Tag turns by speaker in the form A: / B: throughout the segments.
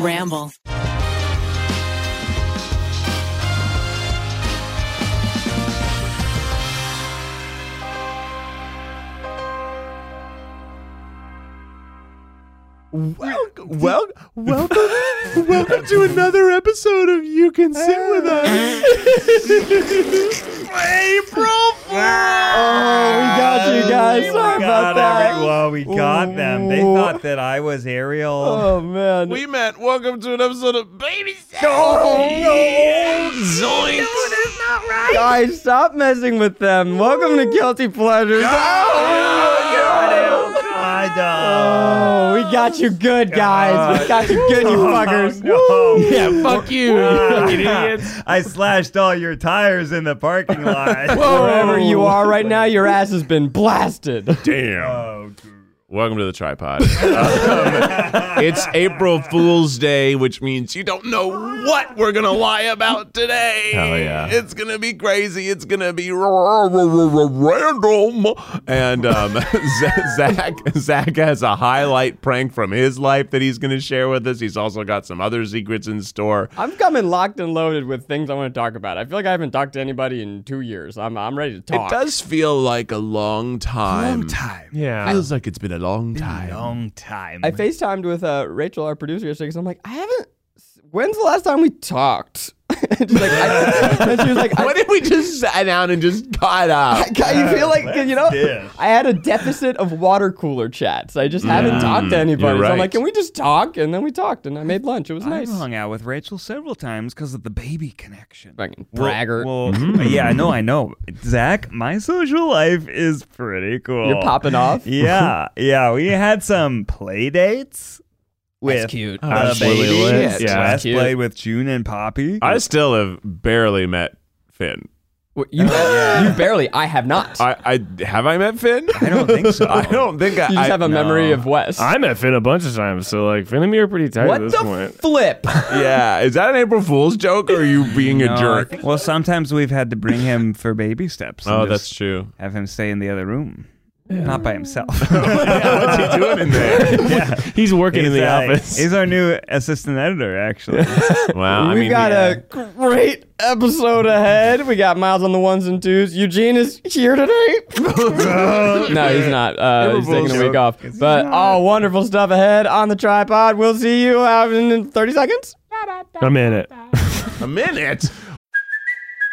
A: Ramble.
B: Welcome, wel- welcome, welcome to another episode of You Can Sit With Us.
C: April
B: Oh, we got you guys.
C: We
B: Sorry
C: got
B: about that.
C: every- well, we got them. They
B: Ooh.
C: thought that I was Ariel.
B: Oh man.
D: We met. Welcome to an episode of Baby Sex.
B: Oh,
D: Zoinks.
B: Guys, stop messing with them. Welcome to Guilty Pleasures.
E: Oh,
C: I do. I don't.
B: Oh, we got you good, guys. We got you good,
E: Oh,
B: you fuckers.
C: Oh, No.
D: Yeah, fuck you, you fucking idiots.
C: I slashed all your tires in the parking lot.
B: Wherever you are right now, your ass has been blasted.
D: Damn.
C: Oh,
D: Welcome to the tripod. Um, it's April Fool's Day, which means you don't know what we're gonna lie about today.
C: Hell yeah.
D: It's gonna be crazy. It's gonna be r- r- r- r- random. And um, Z- Zach, Zach has a highlight prank from his life that he's gonna share with us. He's also got some other secrets in store.
B: I'm coming locked and loaded with things I want to talk about. I feel like I haven't talked to anybody in two years. I'm, I'm ready to
D: It
B: talk.
D: does feel like a long time. Long time.
C: yeah.
D: Feels like it's been a long time.
C: Long time.
B: I FaceTimed with uh, Rachel, our producer, yesterday because I'm like, I haven't. When's the last time we talked? and, she's like, I- and she was like, I,
D: What if we just sat down and just caught up?
B: I feel like, 'cause, you know,
C: Let's dish.
B: I had a deficit of water cooler chats. I just haven't talked to anybody.
D: you're
B: So I'm
D: right.
B: like, can we just talk? And then we talked and I made lunch. It was nice.
E: I've hung out with Rachel several times because of the baby connection.
B: Fucking
E: Well-
B: braggart.
E: Well,
B: Mm.
E: yeah, I know, I know. Zach, my social life is pretty cool.
B: You're popping off.
E: Yeah, yeah. We had some play dates with
B: cute.
E: the
D: That's really
E: baby.
D: lit.
E: Wes
D: Yeah.
B: That's cute.
E: played with June and Poppy.
D: I still have barely met Finn.
B: Well, You, you barely. I have not.
D: I, I have I met Finn?
E: I don't think so.
D: I don't think I.
B: you just
D: I-
B: have a memory of Wes.
F: I met Finn a bunch of times, so like Finn and me are pretty tight
B: what
F: at this
B: the
F: point.
B: flip?
D: yeah, is that an April Fool's joke, or are you being
E: No,
D: a
E: I
D: jerk?
E: think- well, sometimes we've had to bring him for baby steps. and
D: Oh,
E: just
D: that's true.
E: Have him stay in the other room, not by himself.
D: What's he doing in there?
F: He's working in the
E: uh,
F: office.
E: He's our new assistant editor, actually.
D: Wow, I
B: we
D: mean,
B: got a great episode ahead. We got Miles on the ones and twos. Eugene is here today. no, he's not. Uh, he's taking a week off. But all Oh, wonderful stuff ahead on the tripod. We'll see you out in 30 seconds.
F: I'm in it.
D: a minute.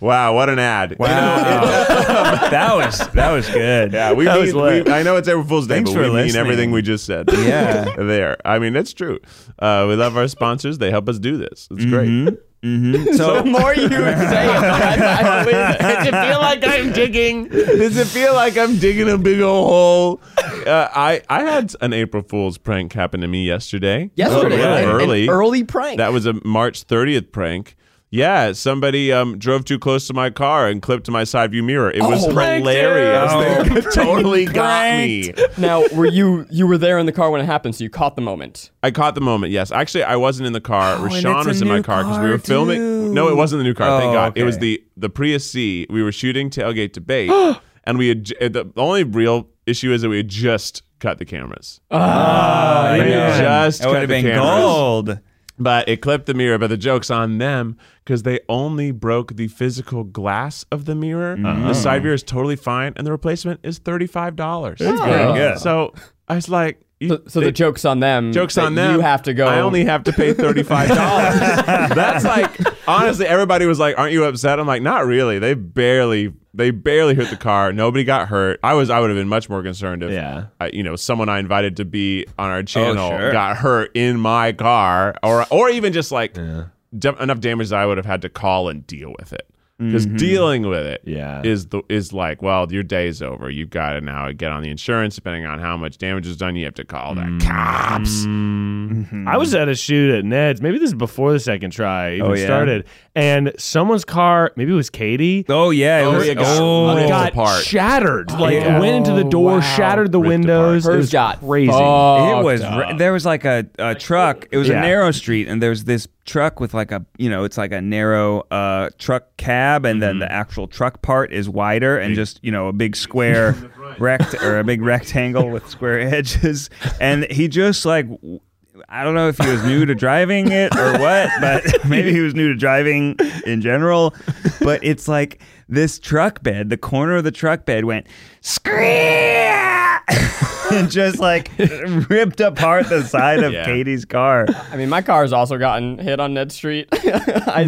D: Wow, what an ad!
E: Wow. that was that was good.
D: Yeah, Uh, we,
E: that
D: mean, we I know it's April Fool's Day,
E: Thanks
D: but
E: for
D: we mean
E: listening.
D: everything we just said.
E: Yeah.
D: there. I mean, that's true. Uh, we love our sponsors; they help us do this. It's great.
E: Mhm.
B: The more you say it, I believe it.
D: Does it feel like I'm digging? Does it feel like I'm digging a big old hole? Uh, I I had an April Fool's prank happen to me yesterday.
B: Yesterday,
D: Oh, yeah,
B: an- an
D: early.
B: early prank.
D: That was a March 30th prank. Yeah, somebody um, drove too close to my car and clipped to my side view mirror. It was
B: Oh
D: hilarious. They totally got me.
B: now, were you you were there in the car when it happened? So you caught the moment.
D: I caught the moment. Yes, actually, I wasn't in the car. Rashawn
E: Oh, it's a
D: was in my
E: new
D: car because we
E: car,
D: were filming.
E: too.
D: No, it wasn't the new car. thank
E: Oh,
D: God. It was
E: okay.
D: the the Prius C. We were shooting tailgate debate, and we had j- the the only real issue is that we had just cut the cameras.
E: Oh,
D: We
E: yeah.
D: just
E: that would
D: cut the
E: have been
D: cameras.
E: gold.
D: But it clipped the mirror. But the joke's on them because they only broke the physical glass of the mirror. The side mirror is totally fine, and the replacement is thirty five dollars. That's
B: pretty
E: good.
D: So I was like. you-
B: So, so
D: they-
B: the joke's on them.
D: Jokes
B: that
D: on them.
B: You have to go.
D: I only have to pay thirty five dollars. That's like honestly, everybody was like, "Aren't you upset?" I'm like, "Not really. They barely, they barely hit the car. Nobody got hurt. I was, I would have been much more concerned if,
F: Yeah. Oh,
D: uh, you know, someone I invited to be on our channel
E: sure.
D: got hurt in my car, or or even just like dam- enough damage that I would have had to call and deal with it." because
B: Mm-hmm.
D: dealing with it is
F: Yeah.
D: the is like well your day's over you've got to now get on the insurance depending on how much damage is done you have to call the
F: Mm.
D: cops
B: Hmm.
F: I was at a shoot at Ned's. Maybe this is before the second try even
E: Oh, yeah?
F: started. And someone's car, maybe it was Katie.
E: Oh yeah, it
D: Oh,
E: was,
D: yeah, got-
E: oh,
D: ripped
F: got
D: apart.
F: shattered. Like
D: yeah.
F: went into the
B: Oh,
F: door,
B: wow.
F: shattered the
D: Ripped
F: windows.
B: apart.
F: It
B: Hers
F: was
B: got
F: crazy.
E: it
B: fucked
E: was
B: up.
E: ri- there was like a, a truck. It was
F: Yeah.
E: a narrow street, and there was this truck with like a you know it's like a narrow uh, truck cab, and then the actual truck part is wider and just you know a big square rect or a big rectangle with square edges, and he just like. w- I don't know if he was new to driving it or what, but maybe he was new to driving in general. But it's like this truck bed, the corner of the truck bed went scream and just like ripped apart the side of
D: Yeah.
E: Katie's car.
B: I mean, my car's also gotten hit on Ned Street. I,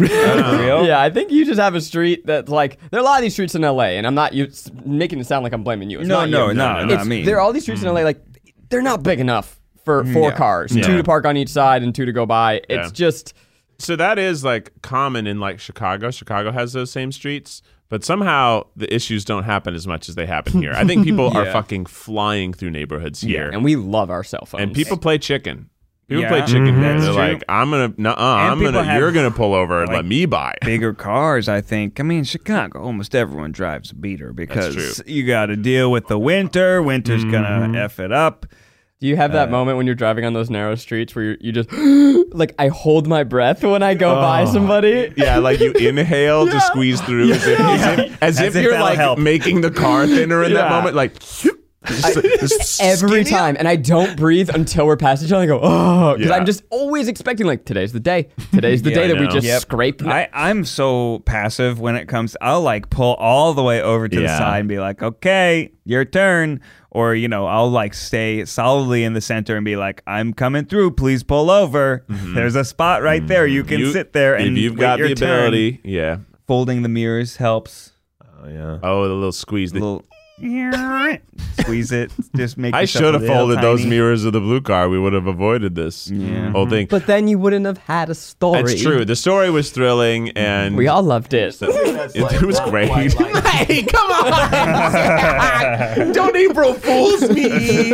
B: Yeah, I think you just have a street that's like there are a lot of these streets in LA, and I'm not you s- making it sound like I'm blaming you. It's
E: No,
B: not
E: no,
B: you.
E: no, no,
B: It's-
E: not me.
B: There are all these streets in LA like they're not big enough for four cars, two
F: Yeah.
B: to park on each side and two to go by. It's
D: Yeah.
B: just
D: so that is like common in like Chicago. Chicago has those same streets, but somehow the issues don't happen as much as they happen here. I think people are fucking flying through neighborhoods here,
B: and we love our cell phones.
D: and people play chicken. People play
E: Yeah.
D: chicken. here.
E: That's
D: They're
E: true.
D: like, I'm gonna, nuh I'm
E: people
D: gonna,
E: have,
D: you're gonna pull over and let me buy.
E: Bigger cars, I think. I mean, Chicago, almost everyone drives a beater because
D: true. Mm-hmm.
E: you got to deal with the winter. Winter's gonna f it up.
B: Do you have that moment when you're driving on those narrow streets where you, you just like I hold my breath when I go by somebody?
D: Yeah, like you inhale to squeeze through, as if, as if, as
E: As
D: if
E: if
D: you're
E: that'll
D: like
E: help.
D: making the car thinner in that
F: Yeah.
D: moment, like. just
B: Every
D: skinny up.
B: time, and I don't breathe until we're past each other. I go, oh, because
D: Yeah.
B: I'm just always expecting like today's the day, today's the
D: Yeah, I
B: day that we
D: know.
B: just
E: Yep.
B: scrape.
E: I, I'm so passive when it comes. I'll like pull all the way over to the
F: Yeah.
E: side and be like, "Okay, your turn," or you know, I'll like stay solidly in the center and be like, "I'm coming through. Please pull over. There's a spot right there. You can
D: Mm-hmm. You-
E: sit there and
D: if you've
E: wait
D: got
E: your
D: the
E: turn."
D: ability, yeah.
E: Folding the mirrors helps.
F: Oh, yeah.
D: Oh, the little squeeze. The,
E: little squeeze it. Just make.
D: I
E: yourself
D: should
E: a
D: have
E: little
D: folded those
E: tiny.
D: mirrors of the blue car. We would have avoided this whole thing.
B: But then you wouldn't have had a story.
D: It's true. The story was thrilling, and
B: We all loved it.
D: it, it was great. hey, come on! Don't April fools me.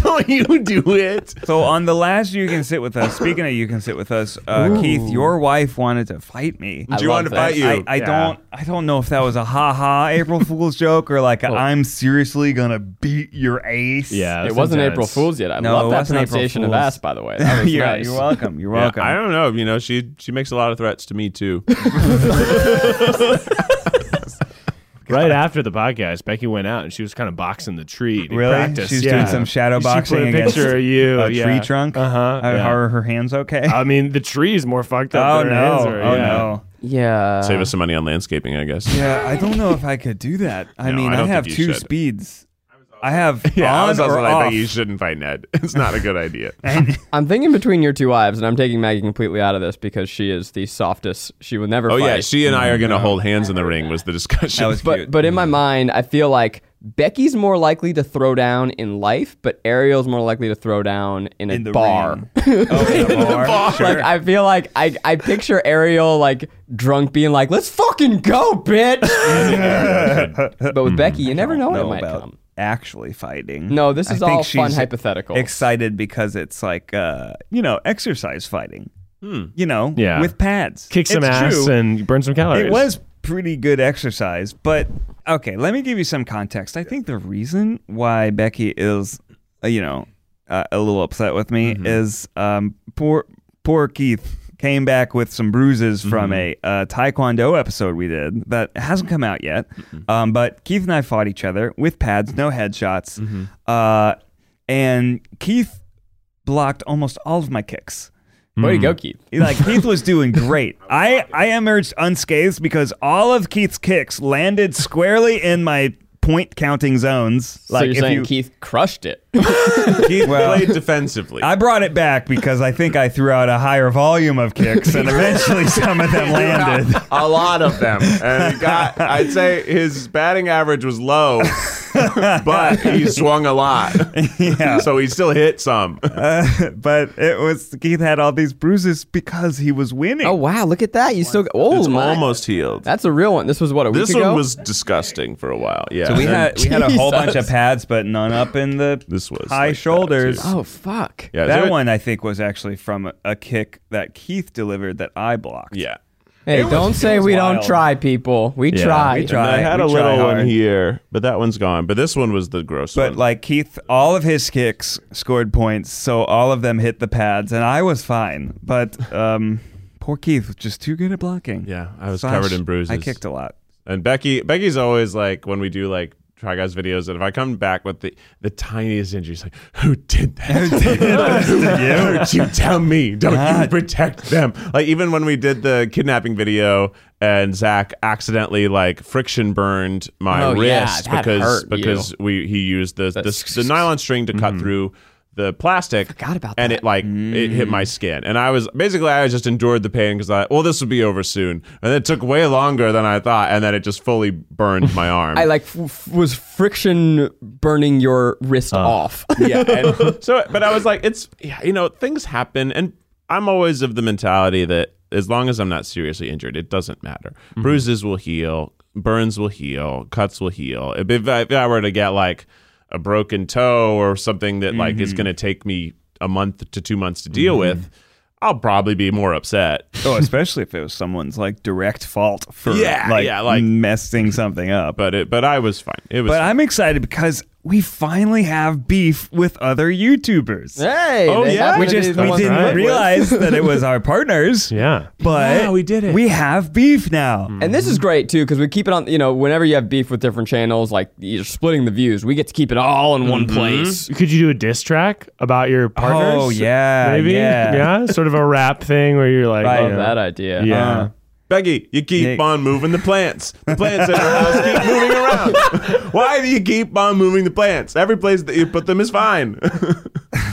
D: Don't you do it?
E: So on the last, you can sit with us. Speaking of, you can sit with us, uh, Keith. Your wife wanted to fight me.
D: Do
B: love
D: you want to
B: that.
D: fight you?
E: I, I don't I don't know if that was a ha ha April Fool's joke or like a, I'm seriously gonna beat your ace.
F: Yeah.
B: It wasn't
F: intense.
B: April Fool's yet. I
E: No,
B: love
E: it
B: that
E: wasn't April
B: pronunciation of
E: Fool's.
B: ass, by the way. That was
E: you're,
B: nice.
E: you're welcome. You're
D: Yeah,
E: welcome.
D: I don't know. You know, she she makes a lot of threats to me too.
F: Right after the podcast, Becky went out and she was kind of boxing the tree. To
E: Really?
F: Practice.
E: She's
F: yeah.
E: doing some shadow boxing
F: She put a
E: against
F: picture of you.
E: a
F: yeah.
E: tree trunk.
F: Uh
D: Uh-huh,
F: huh.
E: Are, are her hands okay?
F: I mean, the tree is more fucked up.
E: oh
F: than her hands
E: no!
F: are,
E: Oh
F: yeah.
E: no!
B: yeah.
D: Save us some money on landscaping, I guess.
E: Yeah, I don't know if I could do that. I
D: No,
E: mean,
D: I
E: I,
D: don't
E: have
D: think you
E: two
D: should.
E: speeds. I have
D: Yeah, I
E: on
D: was also
E: or
D: like,
E: off.
D: "Hey, you shouldn't fight Ned. It's not a good idea.
B: I'm thinking between your two wives, and I'm taking Maggie completely out of this because she is the softest. She will never
D: Oh
B: fight.
D: yeah, she and I are gonna hold hands in the ring. Was the discussion?
E: That was
B: but
E: cute.
B: but in my mind, I feel like Becky's more likely to throw down in life, but Ariel's more likely to throw down in a
E: In the
B: bar.
E: ring. oh, in the bar. Sure.
B: Like I feel like I, I picture Ariel like drunk being like, "Let's fucking go, bitch." but with Becky, you never know when it
E: Hmm. know
B: might
E: about
B: come.
E: actually fighting.
B: No, this is
E: I think
B: all fun
E: she's
B: hypothetical.
E: Excited because it's like uh, you know exercise fighting. You know,
F: Hmm. Yeah.
E: with pads,
F: Kick some
E: It's
F: ass
E: true.
F: and burn some calories.
E: it was pretty good exercise, but okay. Let me give you some context. I think the reason why Becky is, uh, you know, uh, a little upset with me is um, poor poor Keith came back with some bruises from a uh, taekwondo episode we did that hasn't come out yet. Um, but Keith and I fought each other with pads, no headshots, uh, and Keith blocked almost all of my kicks.
B: Way to go,
E: Hmm.
B: Keith.
E: Like Keith was doing great. I I emerged unscathed because all of Keith's kicks landed squarely in my point counting zones.
B: so you're saying Keith crushed it.
D: Keith
E: Well-
D: played defensively.
E: I brought it back because I think I threw out a higher volume of kicks, and eventually some of them landed.
D: a lot of them. And he got, I'd say his batting average was low, but he swung a lot.
E: Yeah.
D: So he still hit some.
E: Uh, but it was Keith had all these bruises because he was winning.
B: Oh wow, look at that! You still got, oh
D: it's
B: my.
D: almost healed.
B: That's a real one. This was what a
D: this
B: week
D: one
B: ago.
D: was disgusting for a while. Yeah.
E: So we had we had a whole bunch of
B: Jesus.
E: pads, but none up in the
D: This was
E: high
D: like that,
E: shoulders.
D: too.
B: oh fuck.
D: yeah,
E: that
D: there-
E: one I think was actually from a, a kick that Keith delivered that I blocked.
D: Yeah.
B: Hey,
E: was-
B: don't
E: it
B: say
E: was
B: we
E: wild.
B: don't try, people. We
F: Yeah,
B: try.
E: we try.
D: I had
E: we
D: a
E: try
D: little
E: hard.
D: one here, but that one's gone. But this one was the gross
E: But
D: one.
E: like Keith, all of his kicks scored points, so all of them hit the pads, and I was fine. But um, poor Keith was just too good at blocking.
D: Yeah, I was
E: Slash,
D: covered in bruises.
E: I kicked a lot.
D: And Becky, Becky's always like when we do like Try Guys videos, and if I come back with the the tiniest injury, she's like, "Who did that? Who did that? you? tell me? Don't you protect them?" Like even when we did the kidnapping video, and Zach accidentally like friction burned my
B: Oh, yeah,
D: wrist
B: that
D: because
B: hurt you. Mm-hmm.
D: because we he used the the, the nylon string to cut through. The plastic,
B: Forgot about
D: and
B: that.
D: it like it hit my skin, and I was basically I just endured the pain because I well this would be over soon, and it took way longer than I thought, and then it just fully burned my arm.
B: I like f- f- was friction burning your wrist off.
D: Uh. yeah. And so, but I was like, it's yeah, you know, things happen, and I'm always of the mentality that as long as I'm not seriously injured, it doesn't matter. Bruises will heal, burns will heal, cuts will heal. If, if, I, if I were to get like a broken toe or something that like is going to take me a month to two months to deal with, I'll probably be more upset.
E: Oh, especially if it was someone's like direct fault for
D: Yeah,
E: like,
D: yeah, like-
E: messing something up.
D: But it, but I was fine. It was.
E: But I'm excited because we finally have beef with other YouTubers.
B: hey,
D: Oh,
B: they
D: yeah?
B: happen
E: We
B: to be
E: just
B: the
E: we
B: ones
E: didn't
B: that-
F: right.
E: realize that it was our partners.
F: Yeah.
E: But
D: Yeah, we did it. Hmm.
E: We have beef now.
B: And this is great too because we keep it on. You know, whenever you have beef with different channels, like you're splitting the views, we get to keep it all in one
D: Mm-hmm.
B: place.
F: Could you do a diss track about your partners?
E: Oh, yeah,
F: Maybe?
E: yeah.
F: Sort of a rap thing where you're like,
E: Right.
F: you
B: Love
F: know,
B: that idea.
F: Yeah.
E: Uh,
D: Becky, you keep
E: Yeah.
D: on moving the plants. The plants in our house keep moving around. Why do you keep on moving the plants? Every place that you put them is fine.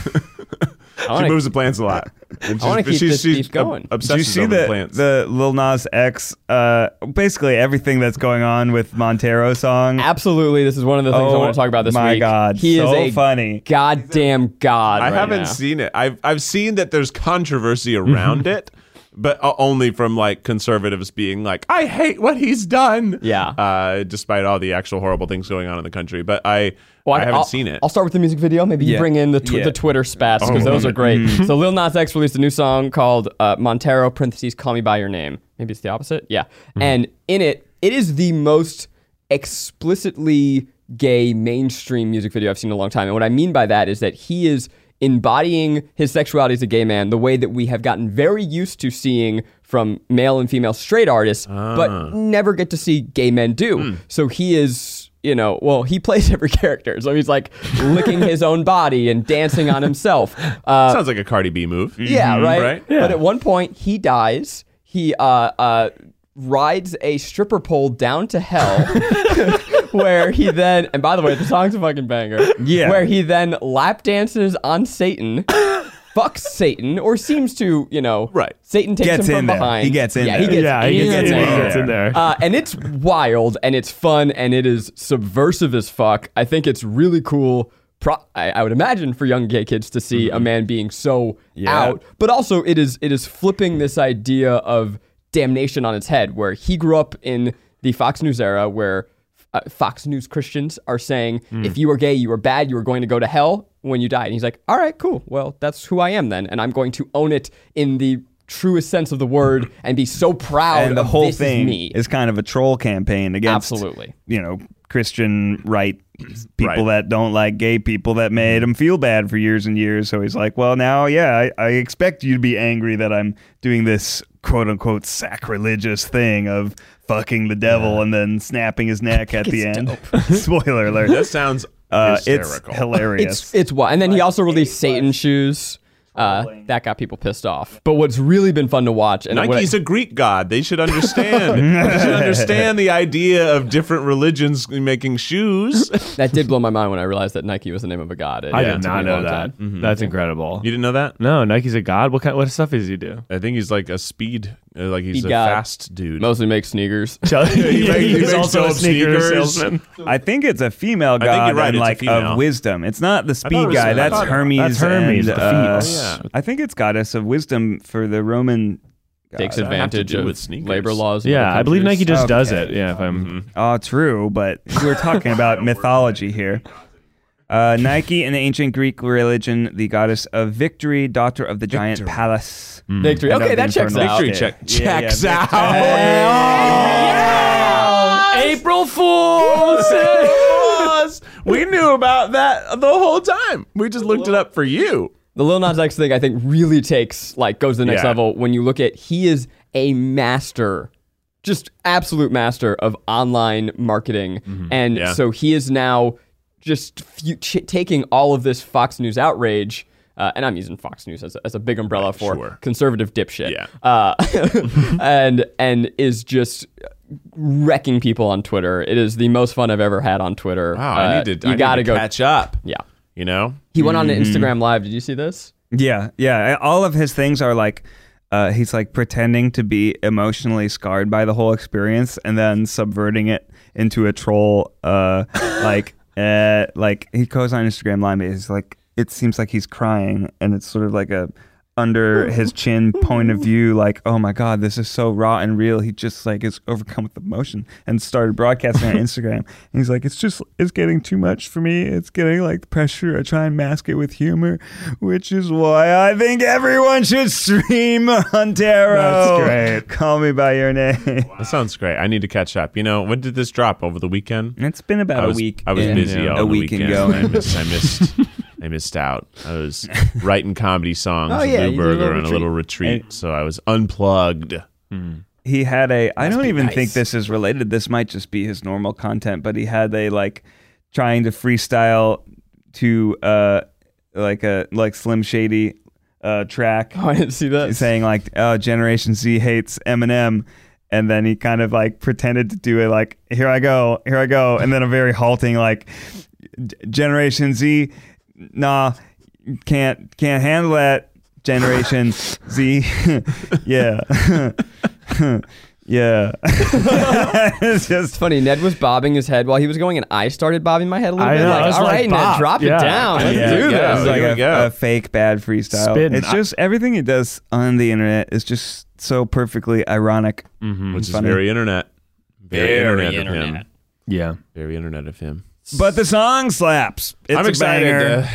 B: I
D: she
B: wanna-
D: moves the plants a lot. And
B: I wanna
D: she's-
B: keep
D: she's-
B: this
D: she's
B: beef going.
D: ob-
E: Do you
D: obsesses
E: see
D: over
E: the
D: plants.
E: the Lil Nas X? Uh, basically everything that's going on with Montero song.
B: Absolutely, this is one of the things I
E: Oh,
B: want to talk about this
E: my
B: week.
E: God,
B: he
E: so
B: is a
E: funny.
B: goddamn god.
D: I
B: right
D: haven't
B: now. Mm-hmm.
D: seen it. I've I've seen that there's controversy around it, but o- only from like conservatives being like, I hate what he's done.
B: Yeah.
D: Uh, despite all the actual horrible things going on in the country, but I
B: Well,
D: I haven't
B: I'll-
D: seen it. Oh,
B: I'll start with the music video. Maybe you
E: Yeah.
B: bring in the, tw-
E: Yeah.
B: the Twitter spats because those are great.
D: mm.
B: So Lil Nas X released a new song called uh, Montero parentheses Call Me by Your Name. Maybe it's the opposite. Yeah,
D: Mm-hmm.
B: and in it, it is the most explicitly gay mainstream music video I've seen in a long time. And what I mean by that is that he is embodying his sexuality as a gay man the way that we have gotten very used to seeing from male and female straight artists, but never get to see gay men do. So he is you know, well, he plays every character. So he's like licking his own body and dancing on himself. Uh,
D: Sounds like a Cardi B move. Mm-hmm.
B: yeah,
E: Mm-hmm,
B: right.
D: right?
B: But at one point, he dies. He uh, uh, rides a stripper pole down to hell, where he then. And by the way, the song's a fucking banger.
E: Yeah.
B: Where he then lap dances on Satan. Fucks Satan, or seems to, you know,
D: Right.
B: Satan takes
E: Gets
B: him from
E: in there.
B: behind.
E: He gets in
B: yeah,
E: there.
B: He gets
F: yeah, he
B: in
F: gets, in,
B: there.
F: he gets in there.
B: Uh, and it's wild and it's fun and it is subversive as fuck. I think it's really cool. Pro- I, I would imagine for young gay kids to see
E: Mm-hmm.
B: a man being so out, but also it is it is flipping this idea of damnation on its head, where he grew up in the Fox News era, where uh, Fox News Christians are saying
E: Mm.
B: if you are gay, you are bad, you are going to go to hell when you die, and he's like, all right, cool, well that's who I am then, and I'm going to own it in the truest sense of the word and be so proud
E: and the
B: of
E: whole
B: this is
E: thing
B: me.
E: kind of a troll campaign against
B: Absolutely.
E: you know christian right people
D: Right.
E: that don't like gay people that made him feel bad for years and years so he's like well now yeah I, I expect you to be angry that i'm doing this quote unquote sacrilegious thing of fucking the devil and then snapping his neck at the end spoiler alert
D: That sounds
E: uh, it's
D: hysterical.
E: hilarious
B: It's it's wild. And then he also released Satan shoes. Uh, that got people pissed off. But what's really been fun to watch, and what I-
D: Nike's a Greek god. They should understand. they should understand the idea of different religions making shoes. You
B: that did blow my mind when I realized that Nike was the name of a god. It-
F: I
B: it
F: did
B: took
F: not
B: me a
F: know
B: long
F: that.
B: time.
F: That's incredible.
D: didn't know that?
F: No, Nike's a god. What kind? What stuff does he do?
D: I think he's like a speed, uh, like he's
B: Speed
D: a
B: god.
D: fast dude.
B: Mostly make sneakers.
D: he makes- he makes dope sneakers.
E: I think it's a female
D: think
E: god
D: you're right,
E: and
D: it's a
E: like
D: female.
E: of wisdom. It's not the
D: it
E: speed
D: was-
E: guy.
D: I
E: That's
D: thought-
E: Hermes.
F: that's Hermes,
E: and,
F: the
E: uh,
F: feet. Oh,
E: I think it's goddess of wisdom for the Roman.
B: Takes
D: have to
B: advantage
D: do
B: of
D: with sneakers.
B: labor laws. of other
F: Yeah, I believe
B: countries.
F: Nike just does it.
E: Okay.
F: Yeah, if I'm
E: Oh, true, but we're talking about mythology here. Uh, Nike in the ancient Greek religion, the goddess of victory, daughter of the giant palace.
B: Victory.
E: And of
B: Okay,
E: the
B: that checks
E: infernal
B: out.
E: pit.
D: Mm. check-
E: Yeah, yeah,
D: checks
E: vic-
D: out.
B: Oh, April Fools.
D: Us. we knew about that the whole time. We just looked it up for you.
B: the Lil Nas X thing, I think, really takes like goes to the next
D: Yeah.
B: level when you look at he is a master, just absolute master of online marketing, and
D: Mm-hmm. Yeah.
B: so he is now just fu- ch- taking all of this Fox News outrage. Uh, and I'm using Fox News as a, as a big umbrella for
D: sure.
B: conservative dipshit,
D: Yeah.
B: uh, and and is just wrecking people on Twitter. It is the most fun I've ever had on Twitter.
D: Wow, I
B: Uh,
D: need to.
B: You
D: I need
B: gotta
D: to
B: go.
D: catch Mm-hmm. up.
B: Yeah,
D: You know,
B: he went on an Instagram live. Did you see this?
E: Yeah, yeah. All of his things are like, uh, he's like pretending to be emotionally scarred by the whole experience, and then subverting it into a troll. Uh, like, uh, like he goes on Instagram Live. and He's like, it seems like he's crying, and it's sort of like a under his chin point of view like oh my god this is so raw and real he just like is overcome with emotion and started broadcasting on instagram and he's like it's just it's getting too much for me it's getting like pressure i try and mask it with humor which is why i think everyone should stream montero that's great call me by your name
D: that sounds great. I need to catch up. You know, when did this drop? Over the weekend.
E: it's been about
D: I was,
E: a week
D: I was
E: and-
D: busy all
E: a
D: the
E: week and
D: weekend. I
E: going
D: missed. I missed. I missed out. I was writing comedy songs
B: Oh,
D: with
B: yeah, you
D: Lou
B: did a little
D: Berger and a little retreat, so I was unplugged.
E: he had a i don't
D: be
E: even
D: nice.
E: think this is related this might just be his normal content but he had a like trying to freestyle to uh like a like slim shady uh track
B: Oh, I didn't see that.
E: saying like oh generation z hates eminem and then he kind of like pretended to do it like here i go here i go and then a very halting like "G- generation z nah can't can't handle that generation z yeah yeah it's
B: It's
E: just
B: funny. Ned was bobbing his head while he was going, and I started bobbing my head a little
F: I
B: bit.
F: know, I
B: Like,
F: was
B: all
F: like,
B: right, Ned,
F: Bob,
B: drop
F: yeah.
B: it down. Let's
D: Yeah.
B: do this.
D: Yeah.
E: It's
D: There
E: like
D: we go.
E: a, a fake bad freestyle.
F: Spitting.
E: It's just everything he does on the internet is just so perfectly ironic.
D: which is
E: Funny.
D: very internet. Very,
A: Very
D: internet, of him.
A: internet.
F: yeah.
D: Very internet of him.
E: But the song slaps. It's
D: I'm
E: a
D: excited.
E: banger.
D: To,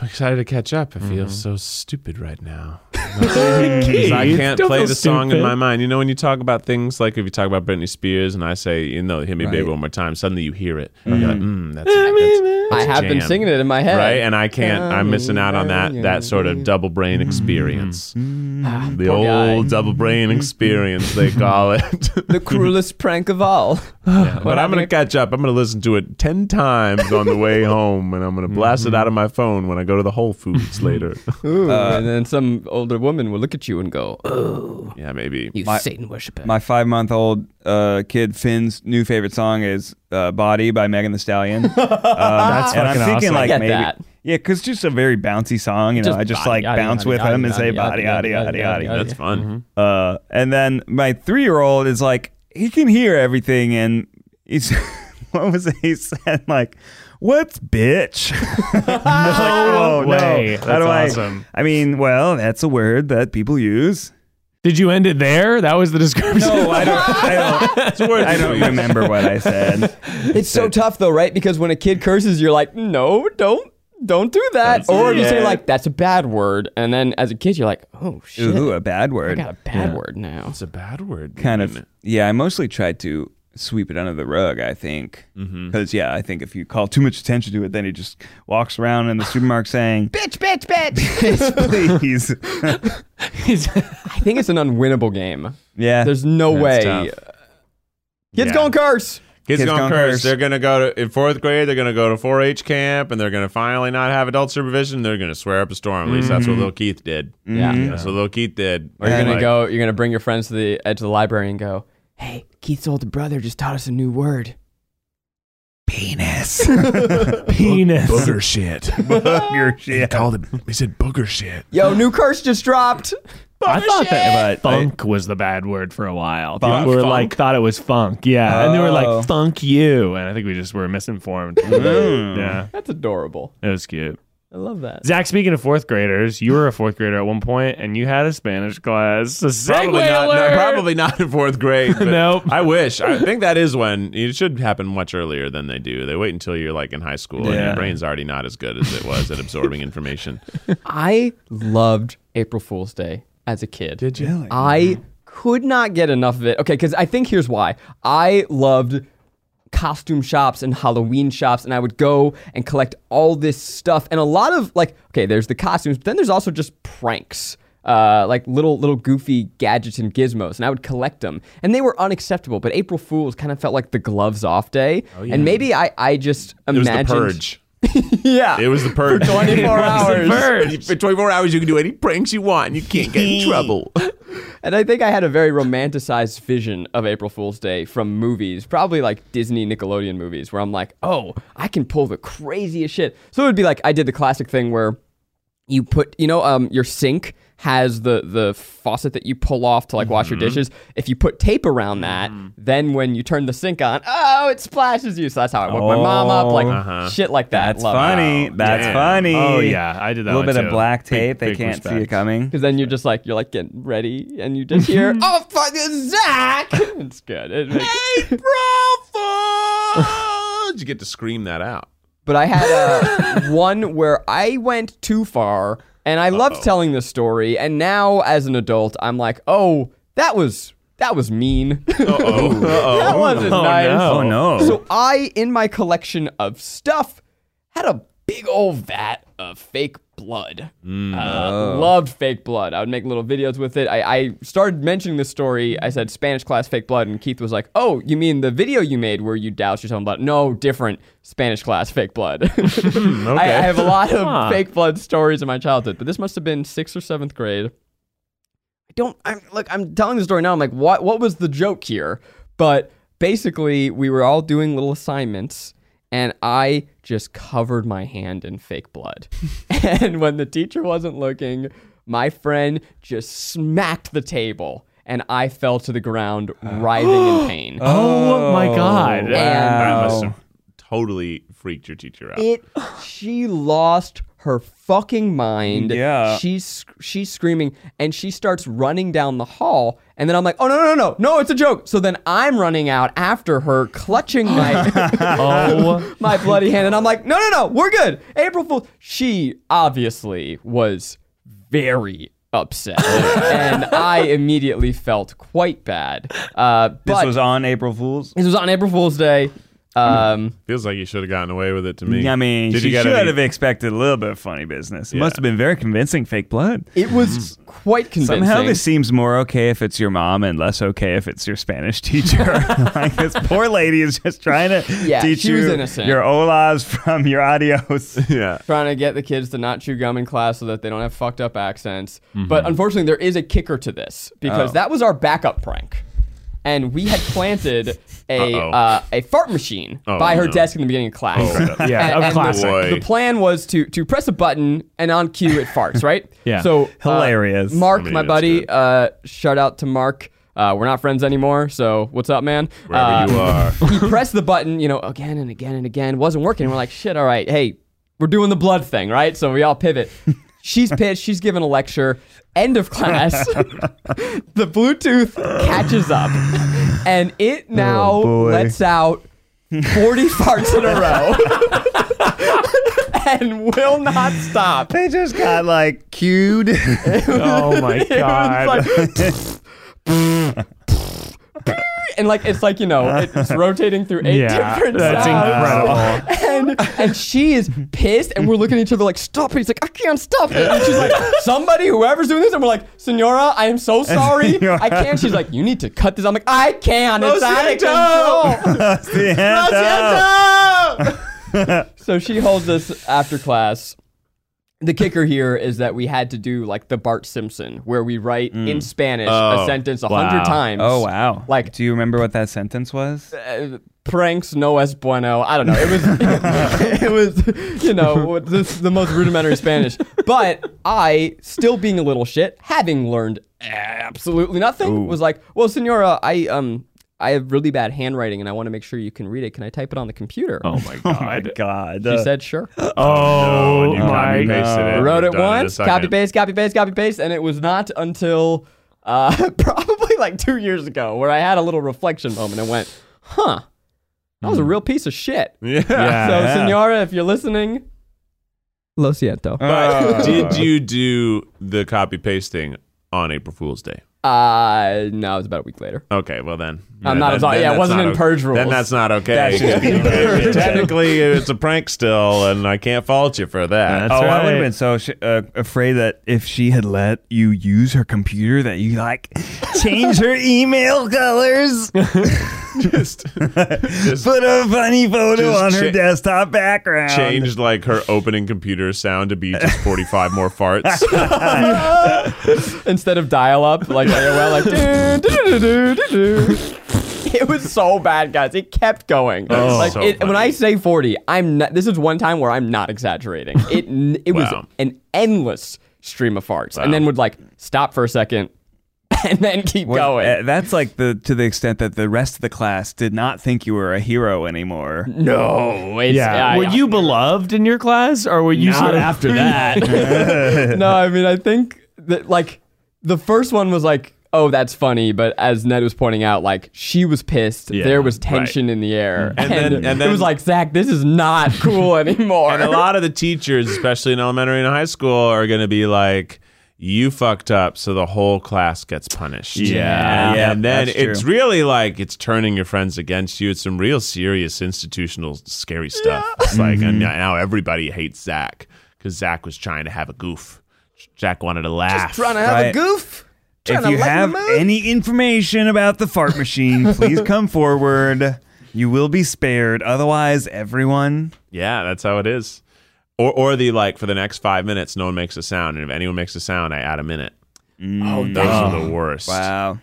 D: I'm excited to catch up. I feel so stupid right now. 'Cause I
F: Keith,
D: can't
F: don't
D: play
F: feel
D: the song in
F: stupid.
D: my mind. You know, when you talk about things like if you talk about Britney Spears and I say, you know, hit me, baby,
E: Right.
D: one more time, suddenly you hear it. And You're like, mm, that's, that's,
B: Mm-hmm. I
D: that's
B: have been
D: jam."
B: singing it in my head.
D: Right? And I can't, I'm missing out on that, that sort of double brain experience. Ah, The
B: Mm-hmm. Poor
D: old
B: guy.
D: double brain experience, they call it.
B: the cruelest prank of all.
D: But I'm gonna catch up. I'm gonna listen to it ten times on the way home, and I'm gonna blast it out of my phone when I go to the Whole Foods later.
B: Mm-hmm. Ooh, Uh, and then some older woman will look at you and go, "Oh,
D: yeah, maybe.
B: you Satan worshiper."
E: My five month old uh, kid Finn's new favorite song is uh, Body by Megan the Stallion. Um, and I'm
F: fucking
E: thinking
F: awesome.
E: like
B: I get
E: maybe
B: that.
E: yeah, because just a very bouncy song, you know.
B: Just
E: I just
B: body,
E: like
B: yada,
E: bounce
B: yada,
E: with
B: yada,
E: him and say
B: yada,
E: body,
B: yada, yada,
E: yada,
B: yada,
E: yada, yada,
B: yada.
D: That's fun.
B: Mm-hmm.
E: Uh, and then my three year old is like, he can hear everything, and he's, what was it? He said, like, what's bitch? Oh, no
F: way.
E: How do
F: Oh, That's
E: I-
F: awesome.
E: I mean, well, that's a word that people use.
F: Did you end it there? That was the description.
E: No, I don't, I don't, I don't remember what I said.
B: It's so tough though, right? Because when a kid curses, you're like, "No, don't." Don't do that. or you say
E: it.
B: like that's a bad word, and then as a kid you're like, oh shit,
E: Ooh, a bad
B: I
E: word.
B: got a bad word now.
D: It's a bad word.
E: kind
D: isn't
E: of
D: it?
E: yeah i mostly tried to sweep it under the rug i think because
F: Mm-hmm.
E: yeah i think if you call too much attention to it then he just walks around in the supermarket saying
B: Bitch, bitch, bitch.
E: bitch please
B: I think it's an unwinnable game.
E: yeah
B: There's no
D: That's
B: way.
D: tough.
B: Kids
D: Yeah.
B: going curse.
D: Kids, Gone Cursed. They're gonna go to in fourth grade. They're gonna go to 4-H camp, and they're gonna finally not have adult supervision. They're gonna swear up a storm. At least that's
B: Mm-hmm.
D: what little Keith did.
B: Yeah.
E: Mm-hmm.
D: That's what little Keith did.
B: Or you're
D: And,
B: gonna
D: like,
B: go. You're gonna bring your friends to the edge of the library and go. Hey, Keith's older brother just taught us a new word.
D: penis,
F: Penis.
D: booger shit.
E: Booger shit.
D: Called it. He said booger shit.
B: Yo, new curse just dropped.
F: I thought that
E: But-
F: funk was the bad word for a while.
E: Funk?
F: People were
D: Funk?
F: like, thought it was funk. Yeah. And they were
E: Oh.
F: like, funk you. And I think we just were misinformed.
E: Mm.
F: yeah.
B: That's adorable.
F: It was cute.
B: I love that.
F: Zach, speaking of fourth graders, you were a fourth grader at one point and you had a Spanish class. So segue
D: Probably not, no,
F: alert.
D: probably not in fourth grade. But
F: Nope.
D: I wish. I think that is when it should happen much earlier than they do. They wait until you're like in high school and
E: Yeah.
D: your brain's already not as good as it was at absorbing information.
B: I loved April Fool's Day as a kid. Did you? I could not get enough of it. Okay, because I think here's why. I loved costume shops and Halloween shops, and I would go and collect all this stuff. And a lot of like, okay, there's the costumes, but then there's also just pranks. Uh, like little little goofy gadgets and gizmos, and I would collect them, and they were unacceptable. But April Fools kind of felt like the gloves off day, and maybe I I just
D: It was
B: imagined
D: the purge.
B: yeah,
D: It was the purge.
B: 24 hours.
D: For 24 hours, you can do any pranks you want and you can't get in trouble.
B: And I think I had a very romanticized vision of April Fool's Day from movies, probably like Disney Nickelodeon movies, where I'm like, oh, I can pull the craziest shit. So it would be like I did the classic thing where you put, you know, um, your sink has the the faucet that you pull off to like wash your dishes. If you put tape around that, then when you turn the sink on, oh, it splashes you. So that's how I woke my mom up, like
D: Uh-huh.
B: shit like that.
E: That's funny. That's
D: Damn.
E: funny.
F: Oh, yeah. I did
E: A
F: that
E: little
F: one
E: bit
F: too.
E: of black
F: Big-
E: tape. they
F: big
E: can't see
F: respect.
E: it coming.
B: Because then you're just like you're like getting ready, and you just hear, "Oh fuck, Zach!" It's good. It makes-
D: April You get to scream that out.
B: But I had uh, one where I went too far, and I loved telling this story. And now, as an adult, I'm like, oh, that was that was mean. that wasn't
F: Oh,
B: nice.
F: no.
E: Oh no.
B: So I, in my collection of stuff, had a big old vat of fake blood. Uh, Loved fake blood. I would make little videos with it. I, I started mentioning this story. I said Spanish class fake blood, and Keith was like, "Oh, you mean the video you made where you doused yourself in blood? No, different Spanish class fake blood." I, I have a lot of
F: Huh.
B: fake blood stories in my childhood, but this must have been sixth or seventh grade. I don't. I'm look. I'm telling the story now. I'm like, what? What was the joke here? But basically, we were all doing little assignments, and I just covered my hand in fake blood. and when the teacher wasn't looking, my friend just smacked the table, and I fell to the ground, writhing in pain.
F: Oh, my God.
D: That
B: And
D: must have totally freaked your teacher out.
B: it, she lost her fucking mind.
E: Yeah.
B: she's sc- she's screaming and she starts running down the hall and then i'm like oh no no no no no it's a joke so then i'm running out after her clutching my
F: Oh.
B: my bloody hand and i'm like no no no we're good april fool she obviously was very upset and i immediately felt quite bad uh
E: this
B: but
E: was on April Fools.
B: this was on april fool's day um
D: Feels like you should have gotten away with it to me.
E: I mean,
D: Did
E: she
D: you get
E: should
D: any-
E: have expected a little bit of funny business. It Must have been very convincing. Fake blood.
B: it was quite convincing
E: Somehow this seems more okay if it's your mom and less okay if it's your Spanish teacher. like this poor lady is just trying to
B: Yeah,
E: teach
B: she
E: you
B: was innocent.
E: your olas from your adios.
D: Yeah.
B: trying to get the kids to not chew gum in class so that they don't have fucked up accents.
D: Mm-hmm.
B: But unfortunately, there is a kicker to this because
E: Oh.
B: that was our backup prank, and we had planted a
D: Uh-oh.
B: uh, a fart machine
D: Oh,
B: by her
D: no. Oh,
B: desk in the beginning of class.
F: Yeah,
B: And-
F: a
B: and the-
F: classic.
D: Boy.
B: The, plan was to to press a button and on cue it farts, right?
F: Yeah.
B: So uh,
E: Hilarious.
B: Mark,
D: I mean,
B: my
D: it's
B: buddy,
D: good.
B: uh, shout out to Mark. Uh, we're not friends anymore, so what's up, man?
D: Wherever
B: Uh,
D: you are.
B: he pressed the button, you know, again and again and again. Wasn't working. We're like, shit, all right, hey, we're doing the blood thing, right? So we all pivot. She's pissed. She's giving a lecture. End of class. the Bluetooth catches up and it now
E: boy.
B: lets out 40 farts in a row and will not stop.
E: They just got like cued.
F: Oh, my God.
B: It was like, and like it's like you know it's rotating through eight
F: yeah.
B: different
F: That's
B: sounds.
F: incredible.
B: And happened? And she is pissed, and we're looking at each other like, stop it. He's like, I can't stop it. And she's like, somebody, whoever's doing this. And we're like, Senora, I am so sorry. I can't. She's like, you need to cut this. I'm like, I can. It's out of control. so she holds us after class. The kicker here is that we had to do like the Bart Simpson, where we write in Spanish a
D: Oh,
B: sentence a hundred
F: wow.
B: times.
E: Oh wow!
B: Like-
E: do you remember what that sentence was?
B: Uh, pranks no es bueno. I don't know. It was, it was, you know, what- this the most rudimentary Spanish. But I, still being a little shit, having learned absolutely nothing, was like, well, Senora, I um, I have really bad handwriting, and I want to make sure you can read it. Can I type it on the computer?
F: Oh my
E: Oh my
F: god.
E: god!
B: She said, sure.
F: Oh,
D: You
F: my
D: copy
F: god.
D: pasted it.
B: wrote
D: We're
B: it
D: done in a
B: once,
D: second.
B: copy paste, copy paste, copy paste, and it was not until uh, probably like two years ago where I had a little reflection moment and went, "Huh, that was a real piece of shit."
D: Hmm. Yeah.
B: so,
E: yeah.
B: Senora, if you're listening, lo siento.
E: Uh,
D: But did you do the copy pasting on April Fool's Day?
B: Uh, no, it was about a week later.
D: Okay, well then.
B: I'm
D: then-
B: not-
D: then-
B: sorry,
D: then
B: yeah, it
D: that's
B: wasn't
D: not
B: in
D: o-
B: purge
D: Then
B: rules.
D: that's not okay.
E: should be purge.
D: Technically, it's a prank still, and I can't fault you for that.
F: That's
E: oh, I would
F: right.
E: have been so sh- uh, afraid that if she had let you use her computer, that you like change her email colors,
D: just, just
E: put a funny photo
D: Just
E: on her
D: cha-
E: desktop background.
D: changed like her opening computer sound to be just 45 more farts.
B: Instead of dial up, like AOL, like doo, doo, doo, doo, doo, doo. It was so bad, guys. It kept going.
D: That's
B: like
D: Oh, so
B: it, when
D: funny.
B: I say 40, I'm not. This is one time where I'm not exaggerating. It n- it was
D: Wow.
B: an endless stream of farts, and then would like stop for a second, and then keep
E: What-
B: going.
D: eh,
E: uh, that's like the to the extent that the rest of the class did not think you were a hero anymore.
B: no, it's,
F: Yeah.
B: I-
F: Were you beloved in your class, or were you
B: Not
F: sort of-
B: after no, I mean, I think that like the first one was like, oh, that's funny, but as Ned was pointing out, like she was pissed.
F: Yeah,
B: there was tension in the air, and,
D: And then- and
B: it
D: then-
B: was like, Zach, this is not cool anymore.
D: And a lot of the teachers, especially in elementary and high school, are going to be like, you fucked up, so the whole class gets punished.
E: Yeah.
D: And,
E: Yeah,
D: and then
E: that's true.
D: it's really like it's turning your friends against you. It's some real serious institutional scary stuff. It's like, and
E: Mm-hmm.
D: now everybody hates Zach because Zach was trying to have a goof. Zach wanted to laugh.
B: trying to have a
E: Right.
B: goof.
E: If
B: to
E: you
B: lighten
E: have
B: the mood.
E: any information about the fart machine, please come forward. You will be spared. Otherwise, everyone.
D: Yeah, that's how it is. Or, or the like for the next five minutes, no one makes a sound, and if anyone makes a sound, I add a minute. Oh, those are the worst.
E: Wow.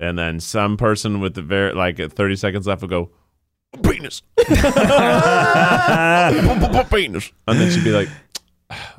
D: And then some person with the very like at 30 seconds left will go penis, penis, and then she'd be like,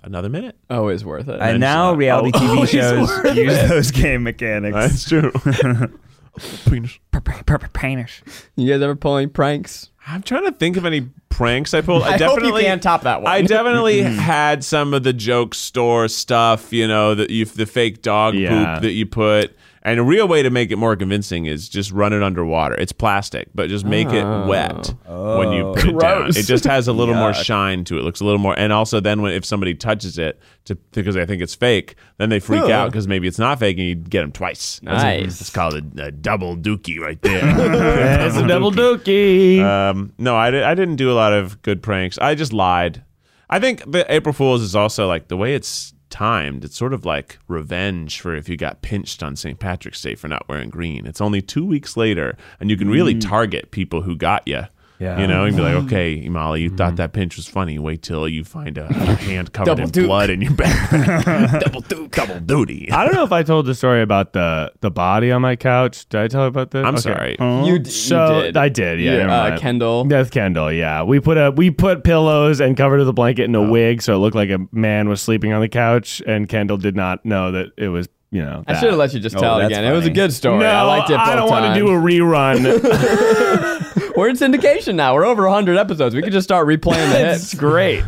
D: another minute.
B: Always Oh, worth it.
E: And now reality TV shows use those game mechanics.
D: Oh, That's true. penis.
E: Painish.
B: you guys ever pull any pranks?
D: I'm trying to think of any pranks I pulled. I,
B: I hope you
D: definitely
B: can't top that one. Mm-hmm.
D: I definitely had some of the joke store stuff, you know, that you the fake dog
F: Yeah.
D: poop that you put. And a real way to make it more convincing is just run it underwater. It's plastic, but just make it wet when you put it down.
B: Oh. Gross.
D: It just has a little more shine to it. Looks a little more, and also then when if somebody touches it to because they think it's fake, then they freak out because maybe it's not fake, and you get them twice. That's a-
B: Nice.
D: It's called a, a double dookie right there.
F: That's a double dookie.
D: Um, no, I, di- I didn't do a lot of good pranks. I just lied. I think the April Fool's is also like the way it's timed. It's sort of like revenge for if you got pinched on St. Patrick's Day for not wearing green. It's only two weeks later, and you can really target people who got you.
F: Yeah.
D: You know, you can be like, okay, Molly, you thought that pinch was funny. Wait till you find a hand covered
B: Double
D: in
B: duke.
D: blood in your back. double duke, double duty.
F: I don't know if I told the story about the the body on my couch. Did I tell you about this?
D: I'm
F: Okay.
D: sorry.
B: You, d- you
F: So
B: did.
F: I did, yeah. never
B: uh,
F: mind.
B: Kendall.
F: Death Kendall, yeah. We put a we put pillows and covered with a blanket
B: Oh.
F: and a wig, so it looked like a man was sleeping on the couch. And Kendall did not know that it was, you know.
B: I
F: that.
B: should have let you just
E: Oh,
B: tell it
E: that's
B: again. It was a
E: funny.
B: good story.
F: No,
B: I liked it. both
F: I don't want to do a
B: times.
F: rerun.
B: We're in syndication now. We're over 100 episodes. We could just start replaying the hits.
F: it's great.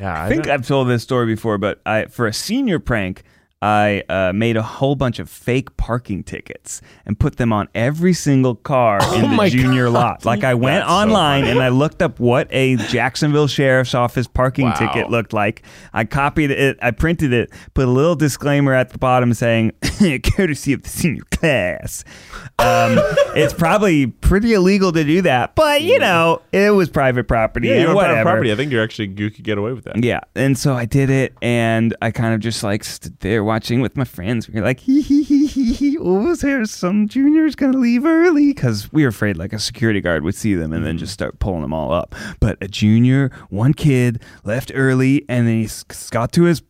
D: Yeah,
E: I think I've told this story before, but I for a senior prank, I uh, made a whole bunch of fake parking tickets and put them on every single car
D: Oh
E: in the junior lot. Like I went online and I looked up what a Jacksonville Sheriff's Office parking
D: Wow.
E: ticket looked like. I copied it, I printed it, put a little disclaimer at the bottom saying, courtesy of the senior class. Um, it's probably pretty illegal to do that, but you know, it was private property
D: Yeah,
E: and
D: you're on private
E: whatever.
D: property. I think you're actually you could get away with that.
E: Yeah, and so I did it, and I kind of just like stood there watching with my friends. We were like, hee hee hee hee hee. Oh, there's some juniors gonna leave early because we were afraid like a security guard would see them and then just start pulling them all up. But a junior, one kid left early, and then he s- got to his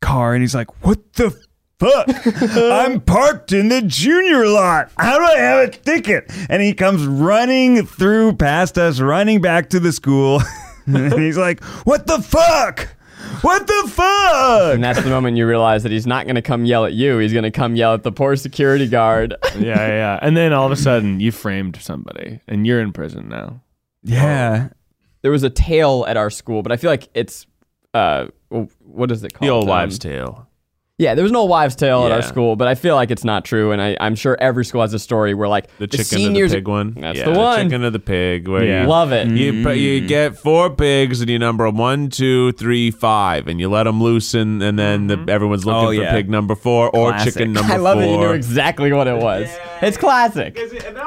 E: car and he's like, "What the fuck? I'm parked in the junior lot. How do I have a ticket?" And he comes running through past us, running back to the school, and he's like, "What the fuck? What the fuck?"
B: And that's the moment you realize that he's not going to come yell at you. He's going to come yell at the poor security guard.
F: yeah, yeah. And then all of a sudden, you framed somebody, and you're in prison now.
E: Yeah.
B: there was a tale at our school, but I feel like it's uh, w- what is it called?
D: The old
B: Um,
D: wives' tale.
B: Yeah, there was an old wives' tale at our
D: Yeah.
B: school, but I feel like it's not true, and I, I'm sure every school has a story where like
D: The chicken
B: seniors
D: to the pig one.
B: That's
D: yeah,
B: the one.
D: chicken to the pig. Where
F: Yeah.
D: you,
B: love it.
E: Mm.
D: You, put- you get four pigs and you number 'em one, two, three, five, and you let them loose, and, and then the, everyone's looking
E: Oh,
D: for
E: yeah.
D: pig number four or
E: Classic.
D: chicken number
B: Mm-hmm. I love
D: four.
B: it. You knew exactly what it was. It's classic,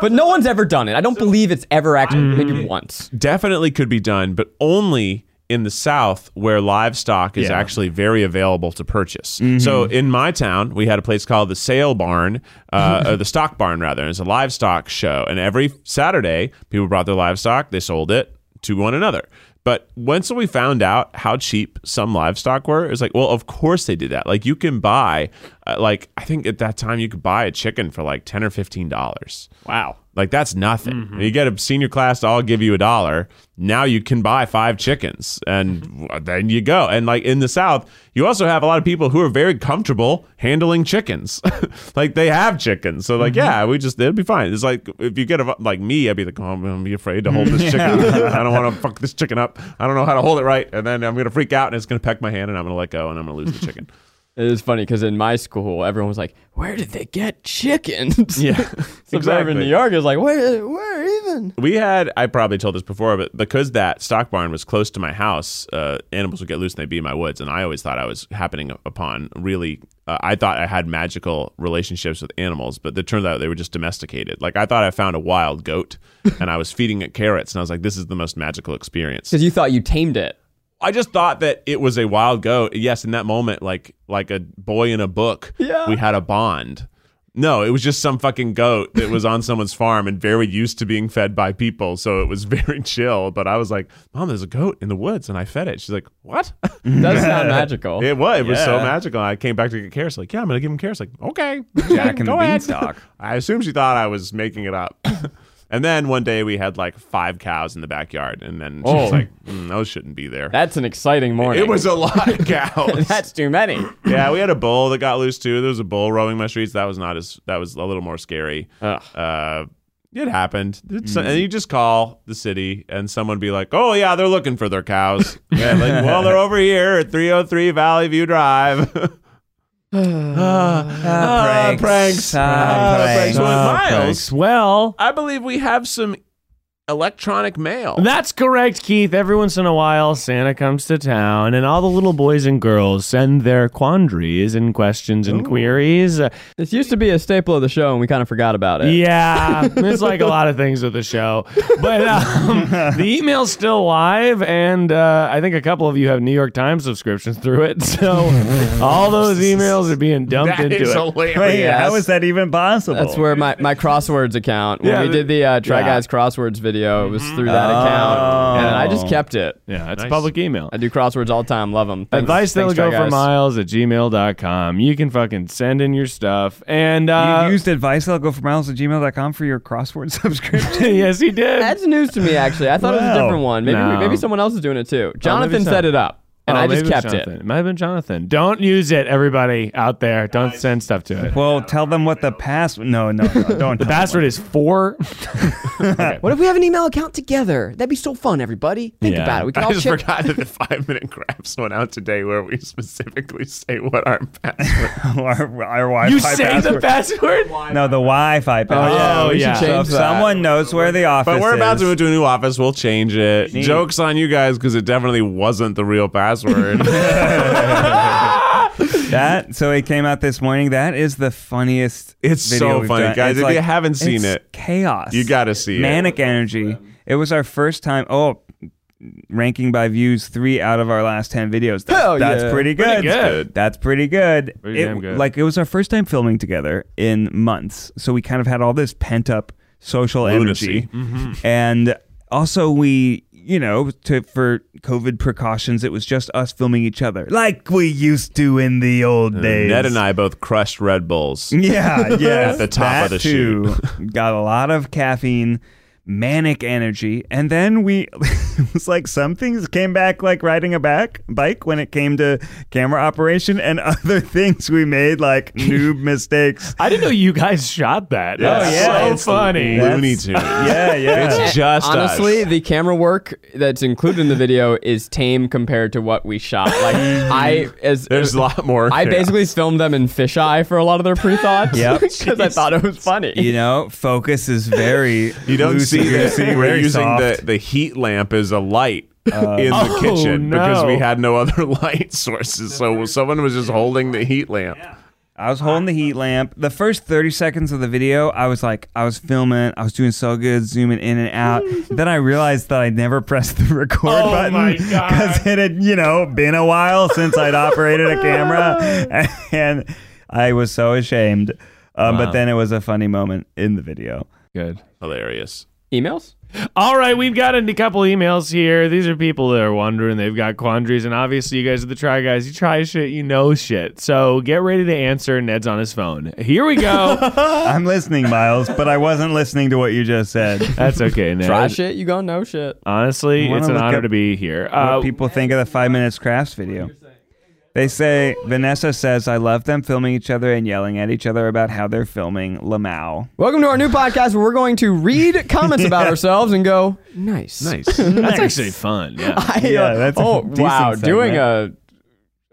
B: but no one's ever done it. I don't believe it's ever actually maybe once.
D: Definitely could be done, but only in the South where livestock is
F: Yeah.
D: actually very available to purchase. So
E: Mm-hmm.
D: in my town, we had a place called the Sale Barn, uh, or the Stock Barn rather. It's a livestock show, and every Saturday, people brought their livestock, they sold it to one another. But once we found out how cheap some livestock were, it was like, well, of course they did that. Like you can buy, uh, like I think at that time you could buy a chicken for like ten or fifteen dollars. Wow, like that's nothing. You get a senior class to all give you a dollar. Now you can buy five chickens, and w- then you go. And like in the South, you also have a lot of people who are very comfortable handling chickens. like they have chickens, so like yeah, we just it'd be fine. It's like if you get a like me, I'd be like, oh, I'm gonna be afraid to hold this chicken. I don't want to fuck this chicken up. I don't know how to hold it right, and then I'm gonna freak out, and it's gonna peck my hand, and I'm gonna let go, and I'm gonna lose the chicken.
B: It is funny because in my school, everyone was like, "Where did they get chickens?" Yeah,
D: exactly.
B: in New York is like, "Where, where even?"
D: we had i probably told this before but because that stock barn was close to my house uh, animals would get loose and they'd be in my woods and i always thought i was happening upon really uh, i thought i had magical relationships with animals but it turned out they were just domesticated like i thought i found a wild goat and i was feeding it carrots and i was like this is the most magical experience
B: Because you thought you tamed it.
D: I just thought that it was a wild goat. Yes, in that moment, like like a boy in a book,
B: Yeah.
D: we had a bond. No, it was just some fucking goat that was on someone's farm and very used to being fed by people, so it was very chill. But I was like, "Mom, there's a goat in the woods," and I fed it. She's like, "What?"
B: It does sound magical.
D: it was. It was so
E: Yeah.
D: magical. I came back to get carrots. Like, yeah, I'm gonna give him carrots. Like, okay,
E: Jack and
D: go
E: the
D: ahead.
E: Beanstalk.
D: I assume she thought I was making it up. and then one day we had like five cows in the backyard, and then she was
B: Oh.
D: like, mm, "Those shouldn't be there."
B: That's an exciting morning.
D: It was a lot of cows.
B: That's too many.
D: yeah, we had a bull that got loose too. There was a bull roaming my streets. That was not as that was a little more scary.
B: Ugh.
D: Uh, it happened. It's- And you just call the city, and someone be like, "Oh yeah, they're looking for their cows." yeah, like, well, they're over here at 303 Valley View Drive. Ah,
E: Oh. pranks.
D: pranks.
E: Ah,
B: Uh,
D: Ah,
E: pranks.
D: pranks. Well,
E: Ah,
D: Miles,
F: Well,
D: I believe we have some electronic mail.
F: that's correct, Keith. Every once in a while, Santa comes to town, and all the little boys and girls send their quandaries and questions and queries.
B: This used to be a staple of the show, and we kind of forgot about it.
F: Yeah, it's like a lot of things with the show. But um, the email's still live, and uh, I think a couple of you have New York Times subscriptions through it. So all those emails are being dumped
D: that
F: into
D: is
F: it.
D: hilarious.
E: Wait, how
B: Yes.
E: is that even possible?
B: That's where my, my crosswords account. When
F: Yeah,
B: we did the uh, Try
F: yeah.
B: Guys crosswords video, it was through that account, and I just kept it.
F: yeah, it's
D: Nice.
F: public email.
B: I do crosswords all the time. Love them.
F: Advice that'll go for miles at gmail.com. You can fucking send in your stuff. And uh,
E: you used advice that'll go for miles at gmail.com for your crossword subscription.
F: yes, he did.
B: That's news to me, actually. I thought it was a
E: Wow.
B: different one. Maybe
F: No.
B: maybe someone else is doing it too. Jonathan
F: so.
B: set it up. and
F: Oh,
B: I
F: maybe
B: just
F: was
B: kept
F: Jonathan.
B: it.
F: might have been Jonathan. Don't use it, everybody out there. Don't send stuff to it.
E: Well, tell them what the password. No, no, no, don't.
F: The password is four.
B: What if we have an email account together? That'd be so fun, everybody. Think
F: Yeah.
B: about it. We can
D: I
B: all
D: just
B: check.
D: forgot that the five minute crafts went out today where we specifically say what our password
E: our, our Wi-Fi
F: you say the
E: password.
F: password? Oh,
E: no, the Wi-Fi password.
F: yeah,
D: Oh,
F: we should
E: So
B: change
E: if
B: that.
E: someone knows where the office
D: But we're about
E: is,
D: to move to a new office. We'll change it. Joke's on you guys because it definitely wasn't the real password.
E: that. So it came out this morning. That is the funniest.
D: It's so
E: video we've
D: funny,
E: done.
D: guys.
E: It's
D: If you haven't seen
E: it's
D: it,
E: chaos.
D: you got to see it.
E: manic energy. It was our first time. Oh, ranking by views, three out of our last ten videos. That's,
B: Hell
E: that's
B: yeah.
E: pretty good.
F: Pretty good.
E: That's pretty good.
F: Pretty
E: It-
F: damn good.
E: Like it was our first time filming together in months, so we kind of had all this pent up social
D: Lunacy.
E: energy,
F: Mm-hmm.
E: and also we. You know, to, for COVID precautions, it was just us filming each other, like we used to in the old days.
D: Uh, Ned and I both crushed Red Bulls.
E: Yeah, yeah.
D: At the top
E: that
D: of the
E: too. got a lot of caffeine, manic energy, and then we it was like some things came back like riding a back bike when it came to camera operation, and other things we made like noob mistakes.
F: I didn't know you guys shot that.
D: Yeah.
F: That's
E: Oh, yeah,
F: so
E: it's
F: funny.
E: That's-
D: Looney Tunes.
E: Yeah, yeah.
D: It's just
B: Honestly,
D: us.
B: the camera work that's included in the video is tame compared to what we shot. Like I as
D: There's a lot more.
B: I
D: Yeah.
B: basically filmed them in fisheye for a lot of their pre thoughts.
E: Yep.
B: because I thought it was funny.
E: you know, focus is very
D: You don't see
E: loosey-goosey,
D: that we're
E: very
D: using the,
E: soft. Uh,
D: the heat lamp as a light in the
F: Oh,
D: kitchen because
F: no.
D: we had no other light sources. So someone was just holding the heat lamp.
E: I was holding the heat lamp. The first 30 seconds of the video, I was like, I was filming, I was doing so good, zooming in and out. then I realized that I never pressed the record
F: Oh
E: button
F: my God.
E: it had, you know, been a while since I'd operated a camera. And I was so ashamed. Um, But then it was a funny moment in the video.
F: Good.
D: Hilarious.
B: Emails?
F: All right, we've got a couple emails here. These are people that are wondering. They've got quandaries, and obviously, you guys are the try guys. You try shit, you know shit. So get ready to answer. Ned's on his phone. Here we go.
E: I'm listening, Miles, but I wasn't listening to what you just said.
F: That's okay, Ned.
B: Try shit, you gonna know shit.
F: Honestly,
E: wanna
F: it's an
E: look
F: honor
E: up
F: to be here.
E: what
F: Uh,
E: people think of the five minutes crafts video. They say Vanessa says I love them filming each other and yelling at each other about how they're filming Lamau.
B: Welcome to our new podcast where we're going to read comments about ourselves and go, nice.
D: Nice.
F: that's actually fun. Yeah.
B: I, uh,
E: Yeah, that's a
B: oh,
E: decent
B: wow.
E: segment.
B: Doing a,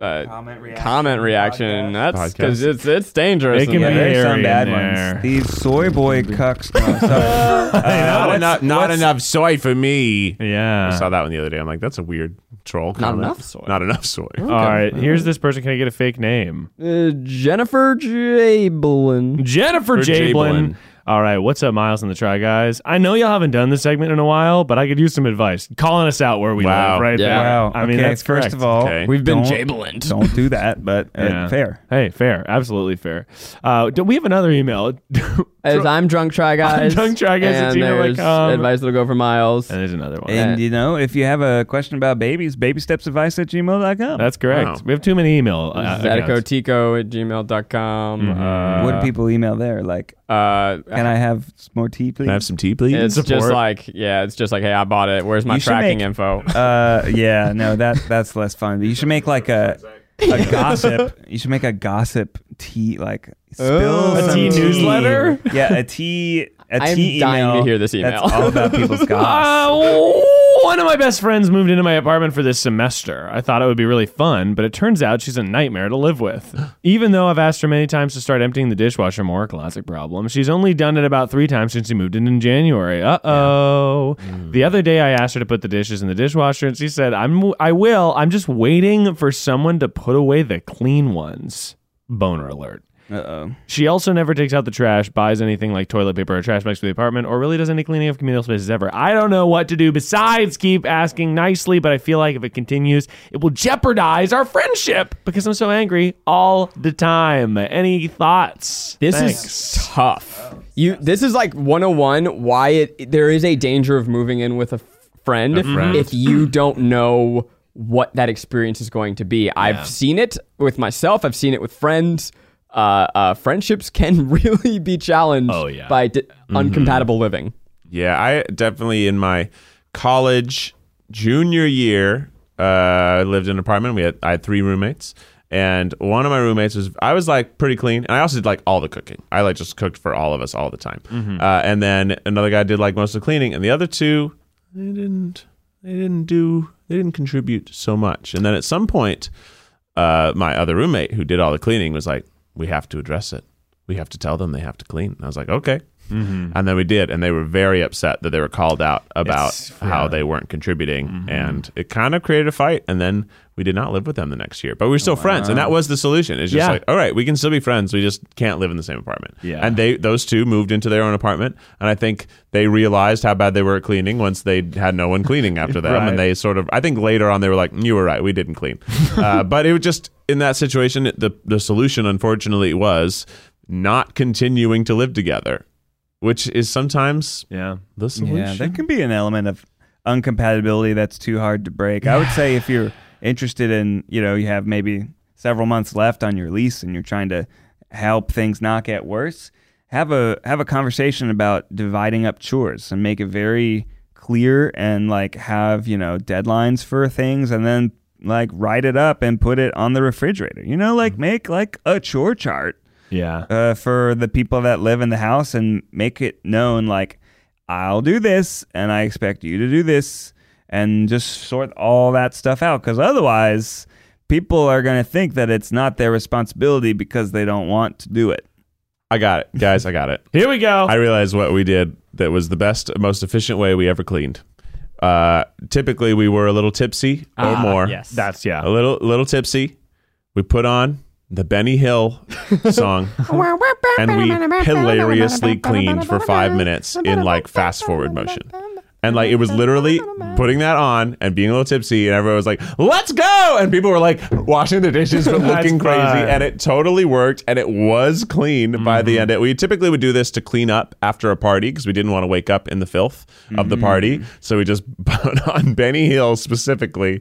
B: a comment reaction. That's because it's, it's dangerous.
F: It can
B: in there.
F: be
E: There's some
F: Aaron
E: bad
F: there.
E: ones. These soy boy cucks. No, sorry. Uh,
D: not
E: what's-
D: enough, not enough soy for me. I
F: Yeah.
D: saw that one the other day. I'm like, that's a weird troll. Not
B: enough soy.
D: Not enough Uh, soy.
F: All right. Here's this person. Can I get a fake name?
B: Uh, Jennifer Jablin.
F: Jennifer
D: Jablin.
F: Jablin. All right, what's up, Miles and the Try Guys? I know y'all haven't done this segment in a while, but I could use some advice. Calling us out where we
D: Wow.
F: live, right
B: Yeah.
F: there.
E: Wow.
F: I mean,
E: Okay,
F: that's
E: first
F: correct.
E: of all,
D: Okay.
B: We've been
E: Don't-
B: Jablined.
E: don't do that. But uh,
F: Yeah.
E: fair.
F: Hey, fair. Absolutely fair. Uh, do we have another email? and
B: As I'm drunk, try guys.
F: drunk try guys at
B: and there's
F: gmail.com.
B: advice that'll go for miles.
F: there's another one.
E: And you know, if you have a question about babies, babystepsadvice at gmail.com.
F: that's correct.
D: Wow.
F: We have too many email. Uh,
B: Zatico
F: accounts.
B: Tico at gmail.com.
E: what
F: uh,
E: do people email there? Like,
B: Uh, uh,
E: can I have some more tea, please?
D: Can I have some tea, please?
B: it's just
F: support?
B: like, yeah, it's just like, hey, I bought it. Where's my
E: You should
B: tracking
E: make-
B: info?
E: Uh, yeah, no, that that's less fun. But you should make like a a gossip. You should make a gossip tea like spill
B: Oh. A
E: some
B: tea newsletter?
E: Yeah, a tea. A
B: I'm
E: tea
B: dying to
E: email
B: hear this email.
E: That's all about people's goss.
F: Uh, one of my best friends moved into my apartment for this semester. I thought it would be really fun, but it turns out she's a nightmare to live with. Even though I've asked her many times to start emptying the dishwasher more, classic problem, she's only done it about three times since she moved in in January. Uh oh. The other day I asked her to put the dishes in the dishwasher, and she said, "I'm I will. I'm just waiting for someone to put away the clean ones." Boner alert.
E: Uh oh.
F: She also never takes out the trash, buys anything like toilet paper or trash bags for the apartment, or really does any cleaning of communal spaces ever. I don't know what to do besides keep asking nicely, but I feel like if it continues, it will jeopardize our friendship because I'm so angry all the time. Any thoughts?
B: This
F: Thanks.
B: is tough. You this is like 101 why it there is a danger of moving in with a f- friend,
D: friend.
B: if you don't know what that experience is going to be. I've seen it with myself, I've seen it with friends. Uh, uh, friendships can really be challenged
F: Oh, yeah.
B: by d- uncompatible living.
D: Yeah, I definitely in my college junior year, uh, lived in an apartment. We had I had three roommates, and one of my roommates was I was like pretty clean, and I also did like all the cooking. I like just cooked for all of us all the time. Uh, and then another guy did like most of the cleaning, and the other two they didn't they didn't do they didn't contribute so much. And then at some point, uh, my other roommate who did all the cleaning was like, "We have to address it. We have to tell them they have to clean." And I was like, "Okay." And then we did, and they were very upset that they were called out about how they weren't contributing, and it kind of created a fight. And then we did not live with them the next year, but we were still friends, and that was the solution. It's just
F: Yeah.
D: like, all right, we can still be friends. We just can't live in the same apartment.
F: Yeah.
D: And they those two moved into their own apartment, and I think they realized how bad they were at cleaning once they had no one cleaning after them,
F: Right.
D: and they sort of. I think later on they were like, "You were right. We didn't clean." uh, but it was just in that situation. The the solution, unfortunately, was not continuing to live together, which is sometimes
F: Yeah.
D: the
E: Yeah, there
D: solution.
E: can be an element of uncompatibility that's too hard to break. I would say if you're interested in, you know, you have maybe several months left on your lease and you're trying to help things not get worse, have a have a conversation about dividing up chores and make it very clear and like have, you know, deadlines for things and then like write it up and put it on the refrigerator. You know, like make like a chore chart
F: Yeah.
E: uh, for the people that live in the house and make it known like I'll do this and I expect you to do this and just sort all that stuff out because otherwise people are going to think that it's not their responsibility because they don't want to do it.
D: I got it, guys. I got it.
F: Here we go.
D: I realized what we did that was the best, most efficient way we ever cleaned. Uh, typically, we were a little tipsy
F: Ah,
D: or more.
B: yes.
F: That's yeah.
D: a little little tipsy. We put on the Benny Hill song and we hilariously cleaned for five minutes in like fast forward motion. And like it was literally putting that on and being a little tipsy, and everyone was like, "Let's go!" And people were like washing the dishes but looking crazy,
F: fun.
D: and it totally worked, and it was clean by the end. We typically would do this to clean up after a party because we didn't want to wake up in the filth of the party, so we just put on Benny Hill specifically.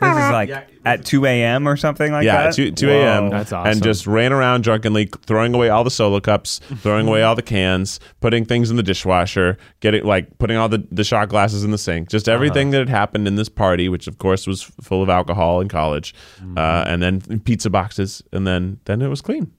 E: This is like at 2 a.m. or something like
D: Yeah,
E: that.
D: two, 2 a.m.
F: That's awesome.
D: And just ran around drunkenly, throwing away all the solo cups, throwing away all the cans, putting things in the dishwasher, getting like putting all the, the shot glasses in the sink. Just everything that had happened in this party, which of course was f- full of alcohol in college, uh, and then pizza boxes, and then then it was clean.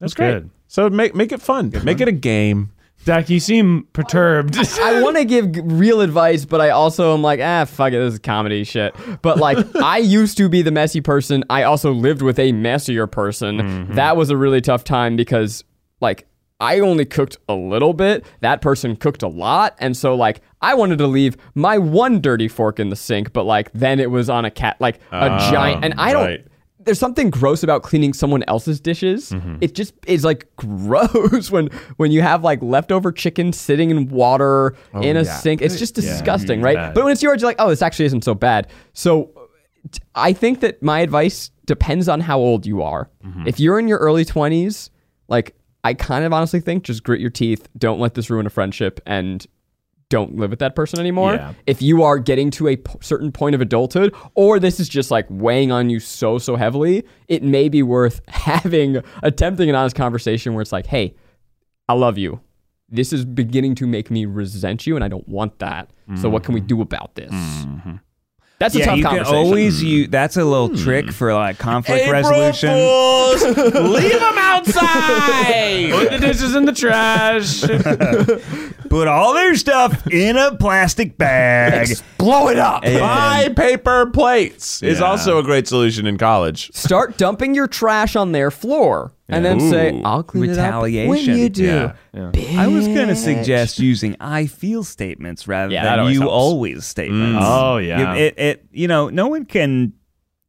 F: That's good.
D: So make make it fun. Make it a game.
F: Zach, you seem perturbed.
B: I want to give g- real advice, but I also am like, ah, fuck it, this is comedy shit. But like, I used to be the messy person. I also lived with a messier person.
D: Mm-hmm.
B: That was a really tough time because, like, I only cooked a little bit. That person cooked a lot. And so, like, I wanted to leave my one dirty fork in the sink, but like, then it was on a cat, like a
D: Ah,
B: giant. And I don't.
D: right.
B: There's something gross about cleaning someone else's dishes. It just is like gross when when you have like leftover chicken sitting in water in a sink. It's just disgusting, right? But when it's yours, you're like, oh, this actually isn't so bad. So uh, t- I think that my advice depends on how old you are.
E: Mm-hmm.
B: If you're in your early 20s, like I kind of honestly think just grit your teeth, don't let this ruin a friendship, and don't live with that person anymore.
F: Yeah.
B: If you are getting to a p- certain point of adulthood, or this is just like weighing on you so, so heavily, it may be worth having, attempting an honest conversation where it's like, hey, I love you. This is beginning to make me resent you, and I don't want that. So, what can we do about this? That's a
E: Mm-hmm. yeah,
B: tough
E: you can
B: conversation.
E: always you. That's a little trick for like conflict resolution.
D: Leave them outside.
F: Put the dishes in the trash.
E: Put all their stuff in a plastic bag.
D: Blow it up.
E: And-
D: Buy paper plates is
E: Yeah.
D: also a great solution in college.
B: Start dumping your trash on their floor and then say,
D: Ooh.
B: I'll clean it up when
E: Retaliation.
B: you do.
D: Yeah.
E: I was going to suggest using I feel statements rather
B: Yeah, that
E: than
B: always
E: you
B: helps.
E: always statements.
F: Oh, yeah.
E: You- It, it, you know, no one can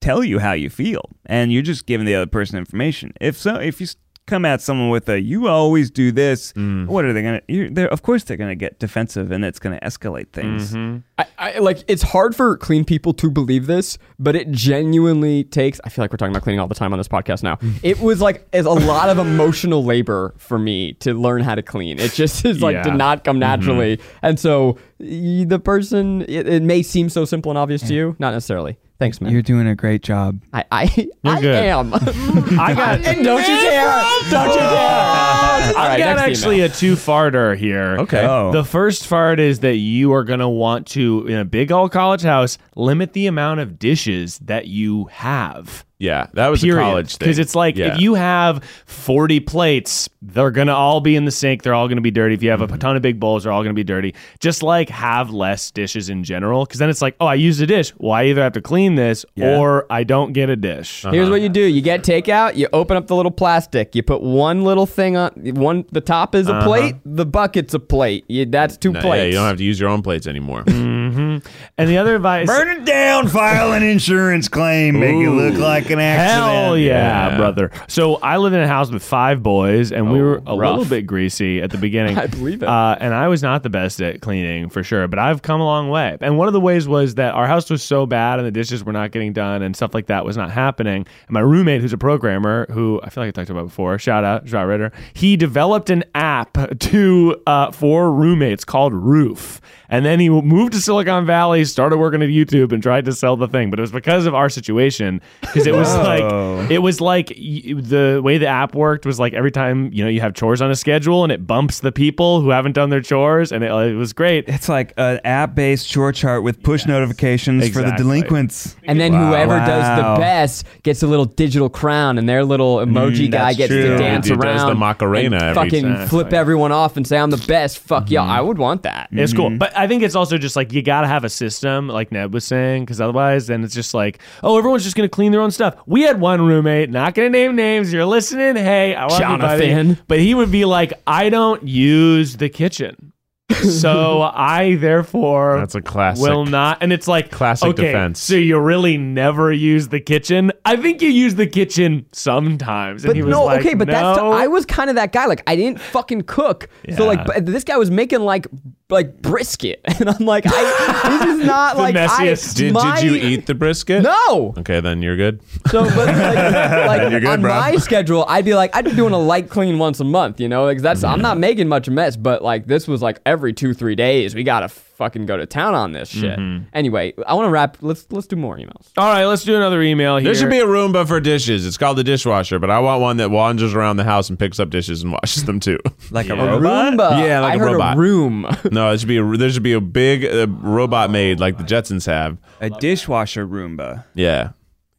E: tell you how you feel, and you're just giving the other person information. If so, if you s- come at someone with a "you always do this," what are they going to? They're of course they're going to get defensive, and it's going to escalate things.
B: I, I like it's hard for clean people to believe this, but it genuinely takes. I feel like we're talking about cleaning all the time on this podcast now. It was like it's a lot of emotional labor for me to learn how to clean. It just is like
F: Yeah.
B: did not come naturally, and so y- the person it, it may seem so simple and obvious to you, not necessarily. Thanks, man.
E: You're doing a great job.
B: I, I, I
F: good.
B: am.
F: I got.
B: and don't you dare! Don't you dare! All
F: I
B: right,
F: got
B: next
F: actually
B: email.
F: a two farter here.
D: Okay.
E: Oh.
F: The first fart is that you are going to want to, in a big old college house, limit the amount of dishes that you have.
D: Yeah, that was
F: Period.
D: a college thing.
F: Because it's like
D: Yeah.
F: if you have 40 plates, they're going to all be in the sink. They're all going to be dirty. If you have a ton of big bowls, they're all going to be dirty. Just like have less dishes in general. Because then it's like, oh, I used a dish. Well, I either have to clean this or I don't get a dish.
B: Here's what you do: you get takeout, you open up the little plastic, you put one little thing on one. The top is a plate, the bucket's a plate. You, that's two
D: No,
B: plates.
D: Uh-huh. Yeah, you don't have to use your own plates anymore.
F: Mm. And the other advice.
E: Burn it down.
C: File an insurance claim, make it look like an accident.
F: Hell yeah,
D: Yeah.
F: brother. So I live in a house with five boys, and we were a
B: Oh, rough.
F: little bit greasy at the beginning.
B: I believe it.
F: Uh, and I was not the best at cleaning for sure, but I've come a long way. And one of the ways was that our house was so bad, and the dishes were not getting done, and stuff like that was not happening. And my roommate, who's a programmer, who I feel like I talked about before, shout out, Josh Ritter, he developed an app to uh, for roommates called Roof. And then he moved to Silicon Valley, started working at YouTube, and tried to sell the thing. But it was because of our situation, because it was like it was like y- the way the app worked was like every time you know you have chores on a schedule, and it bumps the people who haven't done their chores, and it, it was great.
E: It's like an app-based chore chart with push notifications for the
F: Exactly.
E: delinquents.
B: and then whoever does
E: Wow.
B: the best gets a little digital crown, and their little
D: Mm,
B: emoji guy
E: that's
B: gets
E: true.
B: to dance
D: Dude
B: around,
D: does the Macarena
B: and
D: every
B: fucking
D: time. Mm-hmm.
B: flip everyone off and say I'm the best. Fuck y'all! I would want that.
F: It's cool. But I think it's also just like you got to have a system, like Ned was saying, because otherwise, then it's just like, oh, everyone's just going to clean their own stuff. We had one roommate, not going to name names. You're listening. Hey, I love You, buddy.
B: Jonathan.
F: But he would be like, I don't use the kitchen. so I, therefore,
D: That's a classic.
F: will not. And it's like,
D: Classic
F: okay,
D: defense.
F: So you really never use the kitchen? I think you use the kitchen sometimes. and
B: But
F: he was
B: no,
F: like,
B: okay, but that's
F: no.
B: I was kind of that guy. Like I didn't fucking cook, so like but this guy was making like like brisket, and I'm like, I, this is not
F: The
B: like
F: messiest.
B: I,
D: Did,
B: my-
D: did you eat the brisket?
B: No.
D: Okay, then you're good.
B: So, but like, like
D: You're good,
B: on
D: bro.
B: my schedule, I'd be like, I'd be doing a light clean once a month, you know, because that's
D: Mm-hmm.
B: I'm not making much mess. But like this was like every two three days, we gotta fucking go to town on this shit.
D: Mm-hmm.
B: Anyway, I want to wrap. Let's let's do more emails.
F: All right, let's do another email here.
D: There should be a Roomba for dishes. It's called the dishwasher, but I want one that wanders around the house and picks up dishes and washes them too.
E: Like a
B: A
E: robot.
B: Roomba.
D: Yeah, like
B: I
D: a
B: heard
D: robot.
B: a room.
D: no, it should be a, there should be a big uh, robot made like the Jetsons have.
E: A dishwasher Roomba.
D: Yeah,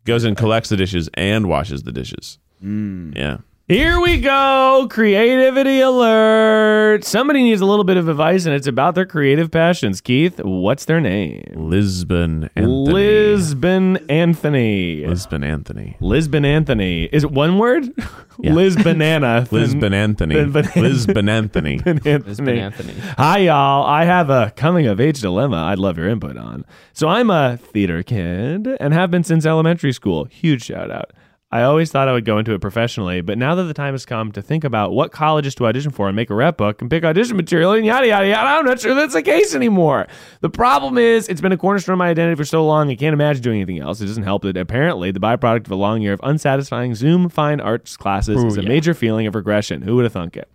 D: goes and collects the dishes and washes the dishes.
F: Mm.
D: Yeah.
F: Here we go. Creativity alert. Somebody needs a little bit of advice, and it's about their creative passions. Keith, what's their name?
D: Lisbon Anthony.
F: Lisbon Anthony.
D: Lisbon Anthony.
F: Lisbon Anthony. Is it one word?
D: Yeah.
F: Liz Banana.
D: Lisbon Anthony.
F: Lisbon-
D: Lisbon Anthony.
F: Anthony.
B: Lisbon Anthony.
F: Hi, y'all. I have a coming of age dilemma I'd love your input on. So, I'm a theater kid and have been since elementary school. Huge shout out. I always thought I would go into it professionally, but now that the time has come to think about what colleges to audition for and make a rep book and pick audition material and yada, yada, yada, I'm not sure that's the case anymore. The problem is, it's been a cornerstone of my identity for so long, I can't imagine doing anything else. It doesn't help that apparently the byproduct of a long year of unsatisfying Zoom fine arts classes is a major feeling of regression. Who would have thunk it?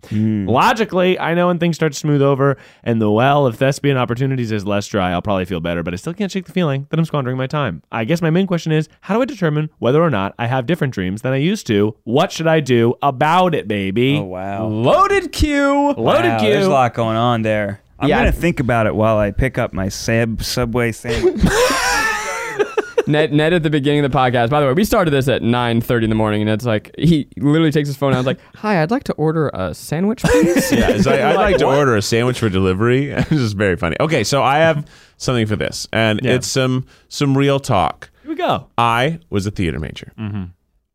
F: Logically, I know when things start to smooth over and the well of thespian opportunities is less dry, I'll probably feel better, but I still can't shake the feeling that I'm squandering my time. I guess my main question is how do I determine whether or not I have different dreams than I used to? What should I do about it, baby?
E: Oh wow.
B: Loaded queue.
F: Loaded
E: Wow,
F: queue.
E: There's a lot going on there. I'm
B: Yeah, I-
E: gonna think about it while I pick up my sab subway sandwich.
B: Ned, Ned at the beginning of the podcast. By the way, we started this at 9:30 in the morning, and it's like he literally takes his phone out and is like, "Hi, I'd like to order a sandwich, please."
D: Yeah, it's like, I'd like to order a sandwich for delivery. It's just very funny. Okay, so I have something for this, and
F: Yeah.
D: it's some some real talk.
F: Here we go.
D: I was a theater major.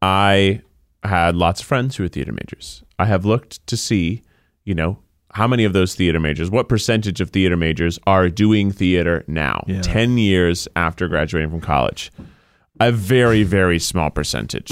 D: I had lots of friends who were theater majors. I have looked to see, you know, how many of those theater majors, what percentage of theater majors are doing theater now, 10 years after graduating from college. A very, very small percentage.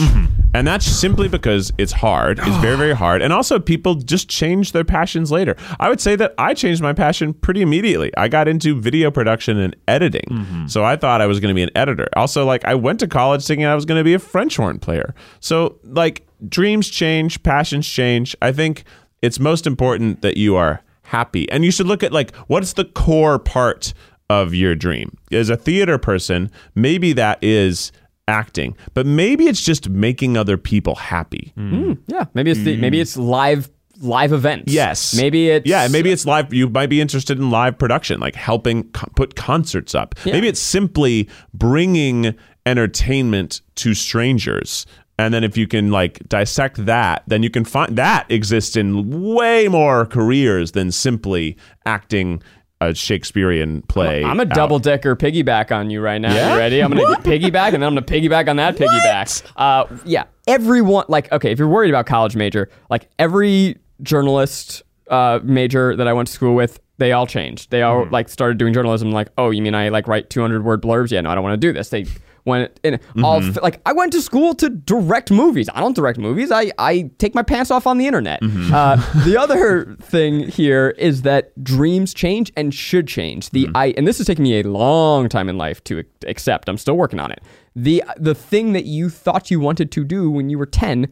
D: And that's simply because it's hard. It's very, very hard. And also, people just change their passions later. I would say that I changed my passion pretty immediately. I got into video production and editing. So I thought I was going to be an editor. Also, like, I went to college thinking I was going to be a French horn player. So, like, dreams change, passions change. I think it's most important that you are happy. And you should look at, like, what's the core part of your dream. As a theater person, maybe that is acting, but maybe it's just making other people happy.
B: Hmm. Yeah, maybe it's the, maybe it's live live events.
D: Mm. Yes.
B: maybe it's
D: yeah, maybe it's live. You might be interested in live production, like helping co- put concerts up. Maybe it's simply bringing entertainment to strangers. And then if you can like dissect that, then you can find that exists in way more careers than simply acting a Shakespearean play.
B: I'm a
D: out.
B: double decker piggyback on you right now. You ready? I'm gonna piggyback and then I'm gonna piggyback on that piggyback. Uh, yeah. Everyone, like, okay, if you're worried about college major, like every journalist uh, major that I went to school with, they all changed. They all like started doing journalism. Like, oh, you mean I like write 200 word blurbs? Yeah, no, I don't want to do this. They went and all f- like I went to school to direct movies. I don't direct movies. I I take my pants off on the internet. Uh, the other thing here is that dreams change and should change. The I and this has taken me a long time in life to ac- accept. I'm still working on it. The the thing that you thought you wanted to do when you were 10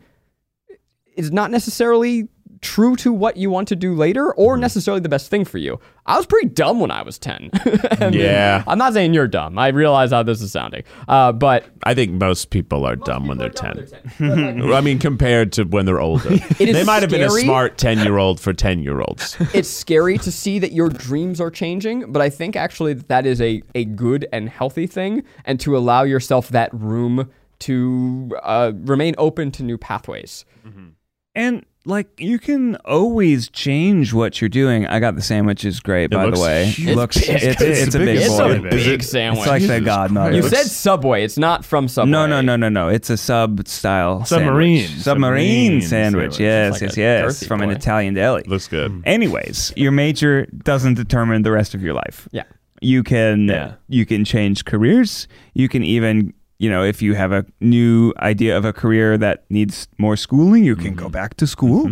B: is not necessarily true to what you want to do later or necessarily the best thing for you. I was pretty dumb when I was 10. And
D: Yeah.
B: I'm not saying you're dumb. I realize how this is sounding. Uh, but
D: I think most people are dumb when they're 10. I mean, compared to when they're older.
B: It is
D: they might have been a
B: scary.
D: smart 10 year old for 10 year olds.
B: it's scary to see that your dreams are changing, but I think actually that, that is a, a good and healthy thing and to allow yourself that room to uh, remain open to new pathways.
E: And like you can always change what you're doing. I got the sandwich is great, by
D: looks
E: the way.
D: huge.
E: Looks
B: It's big.
E: it's, it's,
D: It's
E: a
D: the
E: big
D: biggest
B: It's
E: boy.
B: a
D: Boy, baby.
B: big
E: It's
B: sandwich.
E: like the godmother.
B: you said Subway. It's not from Subway.
E: No, no, no, no, no. It's a sub style
F: Submarine.
E: sandwich.
C: Submarine
E: submarine sandwich.
C: sandwich.
B: It's like
E: Yes, yes,
B: a
E: yes.
B: dirty
E: From an
B: boy.
E: Italian deli.
D: Looks good.
E: Anyways, your major doesn't determine the rest of your life.
B: Yeah.
E: You can
F: Yeah.
E: you can change careers. You can even you know if you have a new idea of a career that needs more schooling, you can go back to school.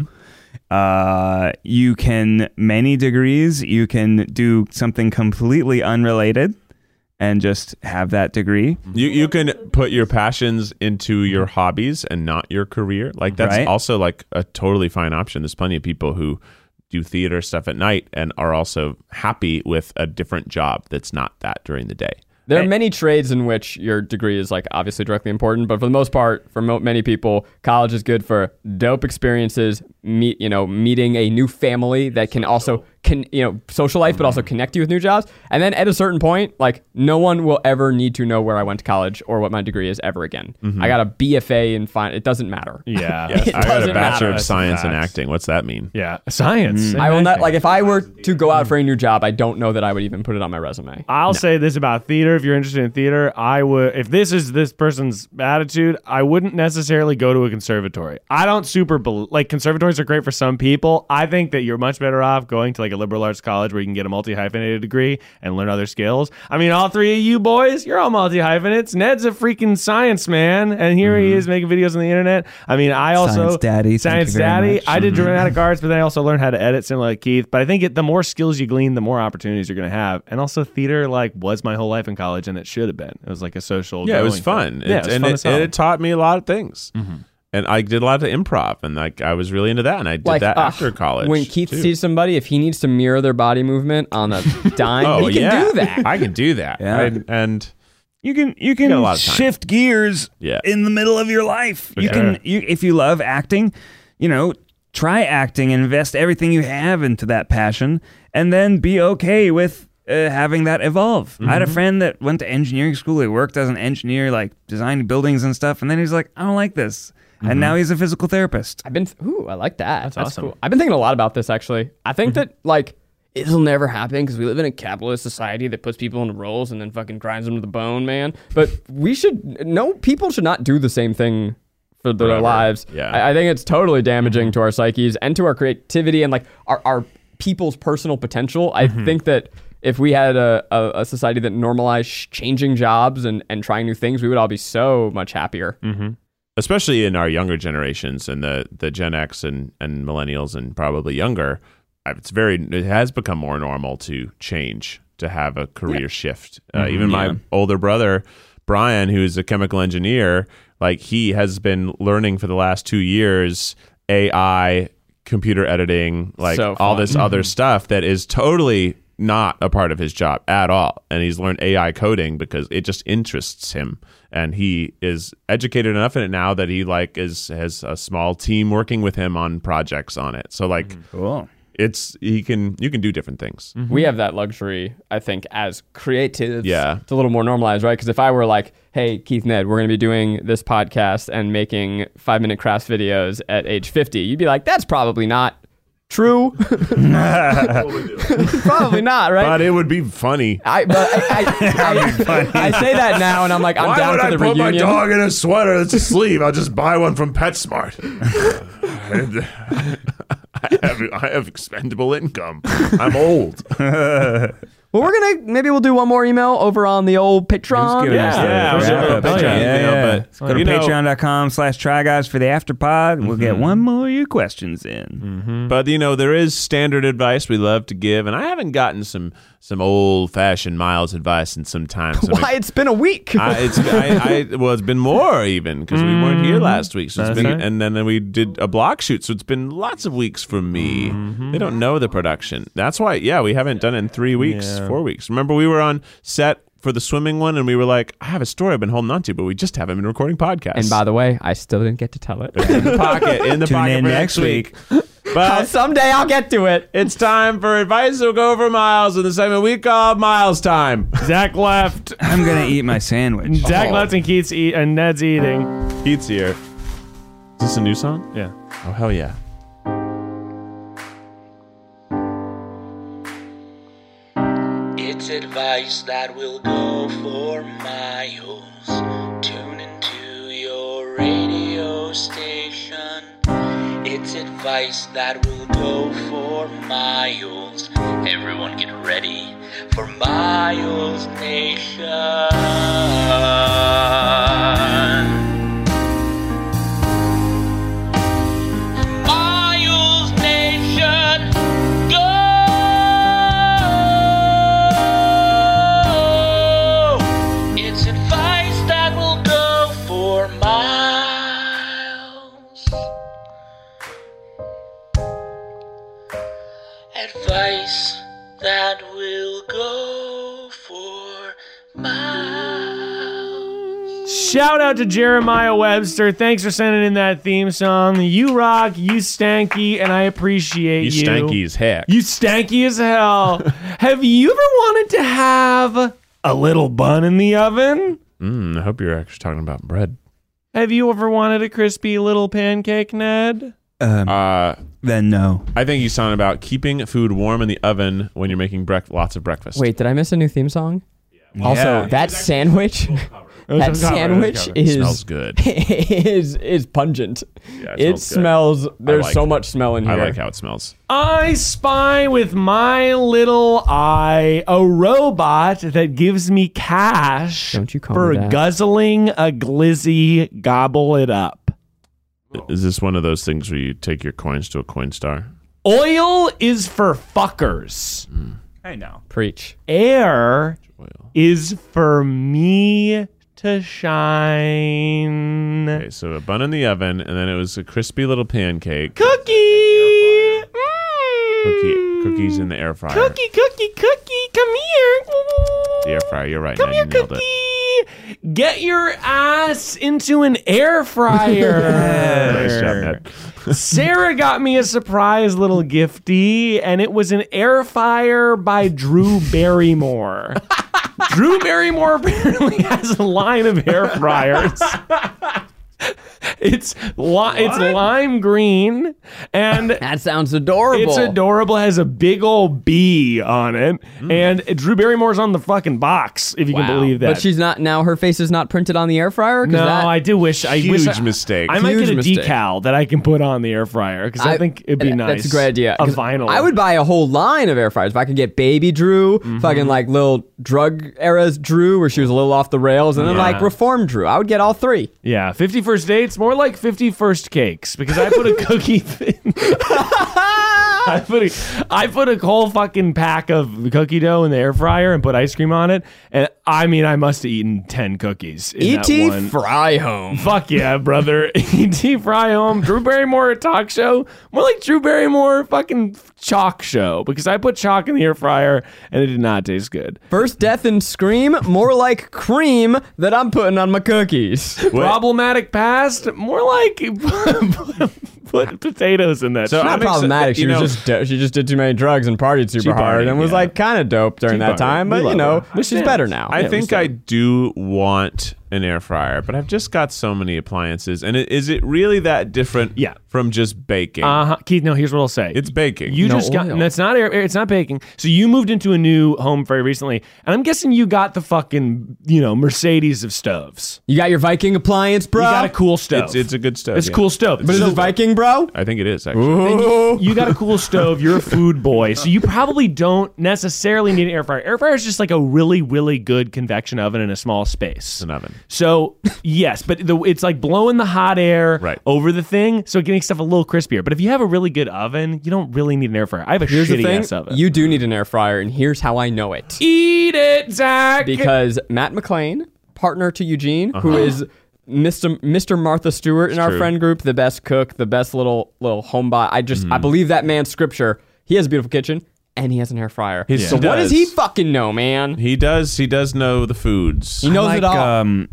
E: Uh, you can many degrees. You can do something completely unrelated and just have that degree.
D: You you can put your passions into your hobbies and not your career. Like that's
E: Right.
D: also like a totally fine option. There's plenty of people who do theater stuff at night and are also happy with a different job that's not that during the day.
B: There are many trades in which your degree is like obviously directly important, but for the most part, for mo- many people, college is good for dope experiences, meet you know meeting a new family that can also can you know social life, but also connect you with new jobs. And then at a certain point, like no one will ever need to know where I went to college or what my degree is ever again. I got a BFA in fine. It doesn't matter.
F: Yeah.
D: Yes, I got a
B: doesn't
D: bachelor
F: matter.
D: of
F: That's
D: science in
F: facts.
D: acting. What's that mean?
F: Yeah.
E: Hmm.
F: Science.
B: I will not
F: Acting.
B: like if I were to go out for a new job, I don't know that I would even put it on my resume.
F: I'll say this about theater. If you're interested in theater, I would. If this is this person's attitude, I wouldn't necessarily go to a conservatory. I don't super bel like conservatories are great for some people. I think that you're much better off going to like a liberal arts college where you can get a multi hyphenated degree and learn other skills. I mean, all three of you boys, you're all multi hyphenates. Ned's a freaking science man, and here he is making videos on the internet. I mean, I also
E: Mm-hmm. Science daddy, thank
F: science
E: you very
F: daddy.
E: much.
F: I did dramatic arts, but then I also learned how to edit, similar to Keith. But I think it, the more skills you glean, the more opportunities you're going to have. And also, theater like was my whole life in college, and it should have been. It was like a social.
D: Yeah, it was
F: going
D: fun.
F: thing. Yeah, it was
D: and
F: fun
D: it,
F: as hell. Mm-hmm.
D: and it taught me a lot of things. And I did a lot of improv, and like I was really into that, and I did that
B: uh,
D: after college.
B: When Keith
D: too.
B: sees somebody, if he needs to mirror their body movement on a dime,
D: oh
B: he can
D: yeah,
B: do that.
D: I can do that.
E: Yeah.
D: I- and
E: You can you
D: got a
E: can
D: lot of time.
E: shift gears
D: Yeah.
E: in the middle of your life. You can you if you love acting, you know, try acting, invest everything you have into that passion, and then be okay with uh, having that evolve. I had a friend that went to engineering school. He worked as an engineer, like designing buildings and stuff, and then he's like, I don't like this, and now he's a physical therapist.
B: I've been, th- ooh, I like that. That's,
F: awesome.
B: cool. I've been thinking a lot about this actually. I think that like it'll never happen because we live in a capitalist society that puts people into roles and then fucking grinds them to the bone, man. But we should no people should not do the same thing for their
D: Forever.
B: lives.
D: Yeah.
B: I, I think it's totally damaging to our psyches and to our creativity and like our, our people's personal potential. I think that if we had a, a, a society that normalized sh- changing jobs and, and trying new things, we would all be so much happier.
D: especially in our younger generations and the the Gen X and and millennials and probably younger, uh, it's very it has become more normal to change to have a career shift. Uh, even my older brother Brian, who is a chemical engineer, like he has been learning for the last two years AI computer editing like
B: So
D: all
B: fun. Mm-hmm.
D: this other stuff that is totally not a part of his job at all. And he's learned AI coding because it just interests him. And he is educated enough in it now that he like is has a small team working with him on projects on it. So like
B: Mm-hmm.
E: Cool.
D: it's he can you can do different things.
B: we have that luxury, I think, as creatives.
D: Yeah.
B: It's a little more normalized, right? Because if I were like, hey, Keith Ned, we're going to be doing this podcast and making five minute crafts videos at age 50, you'd be like, that's probably not true. probably not, right?
D: But it would be funny.
B: I, but I, I, I, I say that now, and I'm like, I'm down for the reunion.
D: in a sweater that's a sleeve? I'll just buy one from PetSmart. I have, I have expendable income. I'm old.
B: Well, we're gonna maybe we'll do one more email over on the old Patreon.
E: gonna
B: Yeah.
E: ask that.
F: Yeah,
E: Wrap
F: yeah,
E: up.
F: Patreon,
E: yeah,
D: you know,
E: yeah.
D: but,
E: Go to
F: you know-
E: patreon.com slash try guys for the after pod. We'll get one more of your questions in.
D: Mm-hmm. But you know, there is standard advice we love to give, and I haven't gotten some some old fashioned Miles advice in some time. So
B: Why it's been a week.
D: I, it's I, I well, it's been more even because we weren't here last week. So it's
F: Mm-hmm. That's
D: been,
F: right.
D: and then, then we did a block shoot. So it's been lots of weeks for me.
F: Mm-hmm.
D: They don't know the production. That's why. Yeah, we haven't done it in three weeks, four weeks. Remember, we were on set for the swimming one, and we were like, I have a story I've been holding on to, but we just haven't been recording podcasts.
B: and by the way, I still didn't get to tell it.
D: in the pocket, in the
E: Tune
D: pocket
E: in
D: for
E: next week.
B: Uh,
D: But
B: someday I'll get to it.
D: it's time for advice to go over Miles in the segment we call Miles Time.
F: Zach left.
D: Oh.
E: I'm going to eat my sandwich.
F: Zach left and Keith's eat and Ned's eating.
D: Pete's here. Is this a new song?
F: Yeah.
D: Oh hell yeah.
A: It's advice that will go for miles. Tune into your radio station. It's advice that will go for miles. Everyone get ready for Miles Nation. Miles Nation, go! It's advice that will go for miles. Advice that will go for miles.
F: Shout out to Jeremiah Webster. Thanks for sending in that theme song. You rock, you stanky, and I appreciate you.
D: You stanky as heck.
F: You stanky as hell. have you ever wanted to have a little bun in the oven?
D: Mm, I hope you're actually talking about bread.
F: Have you ever wanted a crispy little pancake, Ned?
D: Uh,
E: Then no.
D: I think he's talking about keeping food warm in the oven when you're making brec- lots of breakfast.
B: Wait, did I miss a new theme song? Also,
E: Yeah.
B: that sandwich,
D: Oh,
B: that
F: It's uncovered,
B: sandwich
F: uncovered.
D: it
B: is
D: smells good.
B: is is pungent.
D: it
B: it smells.
D: smells
B: there's
D: like
B: so
D: it.
B: much smell in here.
D: I like how it smells.
F: I spy with my little eye a robot that gives me cash
B: Don't you call
F: for
B: me that.
F: guzzling a glizzy gobble it up.
D: Is this one of those things where you take your coins to a coin star?
F: Oil is for fuckers.
E: I know.
B: Preach.
F: Air is for me to shine.
D: Okay, so a bun in the oven, and then it was a crispy little pancake.
F: Cookie!
D: Cookie,
F: Mm.
D: cookies in the air fryer.
F: Cookie, cookie, cookie, come here.
D: The air fryer. You're right.
F: Come
D: now
F: here,
D: you nailed it.
F: cookie. Get your ass into an air
D: Nice
F: fryer.
D: job, Ned.
F: Sarah got me a surprise little gifty, and it was an air fryer by Drew Barrymore. Drew Barrymore apparently has a line of air fryers. It's li- it's lime green and
B: That sounds adorable.
F: it's adorable. It Has a big old bee on it,
D: Mm.
F: and Drew Barrymore's on the fucking box. If you can believe that.
B: But she's not now. Her face is not printed on the air fryer. 'Cause
F: no,
B: that-
F: I do wish. I
D: Huge
F: wish I-
D: mistake.
F: I might
B: Huge
F: get a
B: mistake.
F: decal that I can put on the air fryer because I, think it'd be
B: that-
F: nice.
B: That's a great idea.
F: A
B: 'Cause
F: vinyl.
B: I would buy a whole line of air fryers if I could get Baby Drew, fucking like little drug eras Drew, where she was a little off the rails, and then like Reform Drew. I would get all three.
F: Yeah, fifty first dates, more like fifty first cakes because I put a cookie. in- I put a, I put a whole fucking pack of cookie dough in the air fryer and put ice cream on it, and I mean I must have eaten ten cookies. In that
B: E.T.
F: one.
B: E Fry Home.
F: Fuck yeah, brother. E.T. Fry Home, Drew Barrymore at talk show. More like Drew Barrymore fucking chalk show because I put chalk in the air fryer and it did not taste good.
B: First death and scream, more like cream that I'm putting on my cookies.
F: Problematic past, more like put potatoes in that.
D: So
F: shit.
B: Not
D: I'm exci-
B: problematic. She
D: you know-
B: was just do- she just did too many drugs and partied super hard
D: partied,
B: and was
D: yeah.
B: like kind of dope during that
F: partied.
B: time.
F: We
B: But you
F: love
B: know,
F: her.
B: she's better now.
D: I
B: Yeah,
D: think
B: we
D: I do want an air fryer, but I've just got so many appliances. And it, is it really that different
F: Yeah.
D: from just baking?
F: Uh-huh. Keith, no, here's what I'll say.
D: it's baking.
F: You
B: No
F: just got.
B: oil.
F: No, it's not. air- It's not baking. So you moved into a new home very recently, and I'm guessing you got the fucking you know Mercedes of stoves.
B: You got your Viking appliance, bro.
F: You got a cool stove.
D: it's, it's a good stove.
F: It's a
D: yeah.
F: cool stove.
B: but is
F: So
B: it Viking, bro?
D: I think it is, actually.
B: Ooh.
F: You got a cool stove. You're a food boy, so you probably don't necessarily need an air fryer. Air fryer is just like a really, really good convection oven in a small space.
D: It's an oven.
F: So yes, but the, it's like blowing the hot air
D: Right.
F: over the thing, so it makes stuff a little crispier. But if you have a really good oven, you don't really need an air fryer. I have a
B: Here's
F: shitty
B: the thing:
F: ass oven.
B: you do need an air fryer, and here's how I know it.
F: eat it, Zach.
B: Because Matt McLean, partner to Eugene, who is Mr. Mr. Martha Stewart in our
D: true.
B: friend group, the best cook, the best little little homebot. I just I believe that man's scripture. He has a beautiful kitchen, and he has an air fryer.
D: He's-
B: so
D: he
B: what does
D: does.
B: he fucking know, man? uh,
D: He does. He does know the foods.
B: He knows
E: like,
B: it all.
E: Um,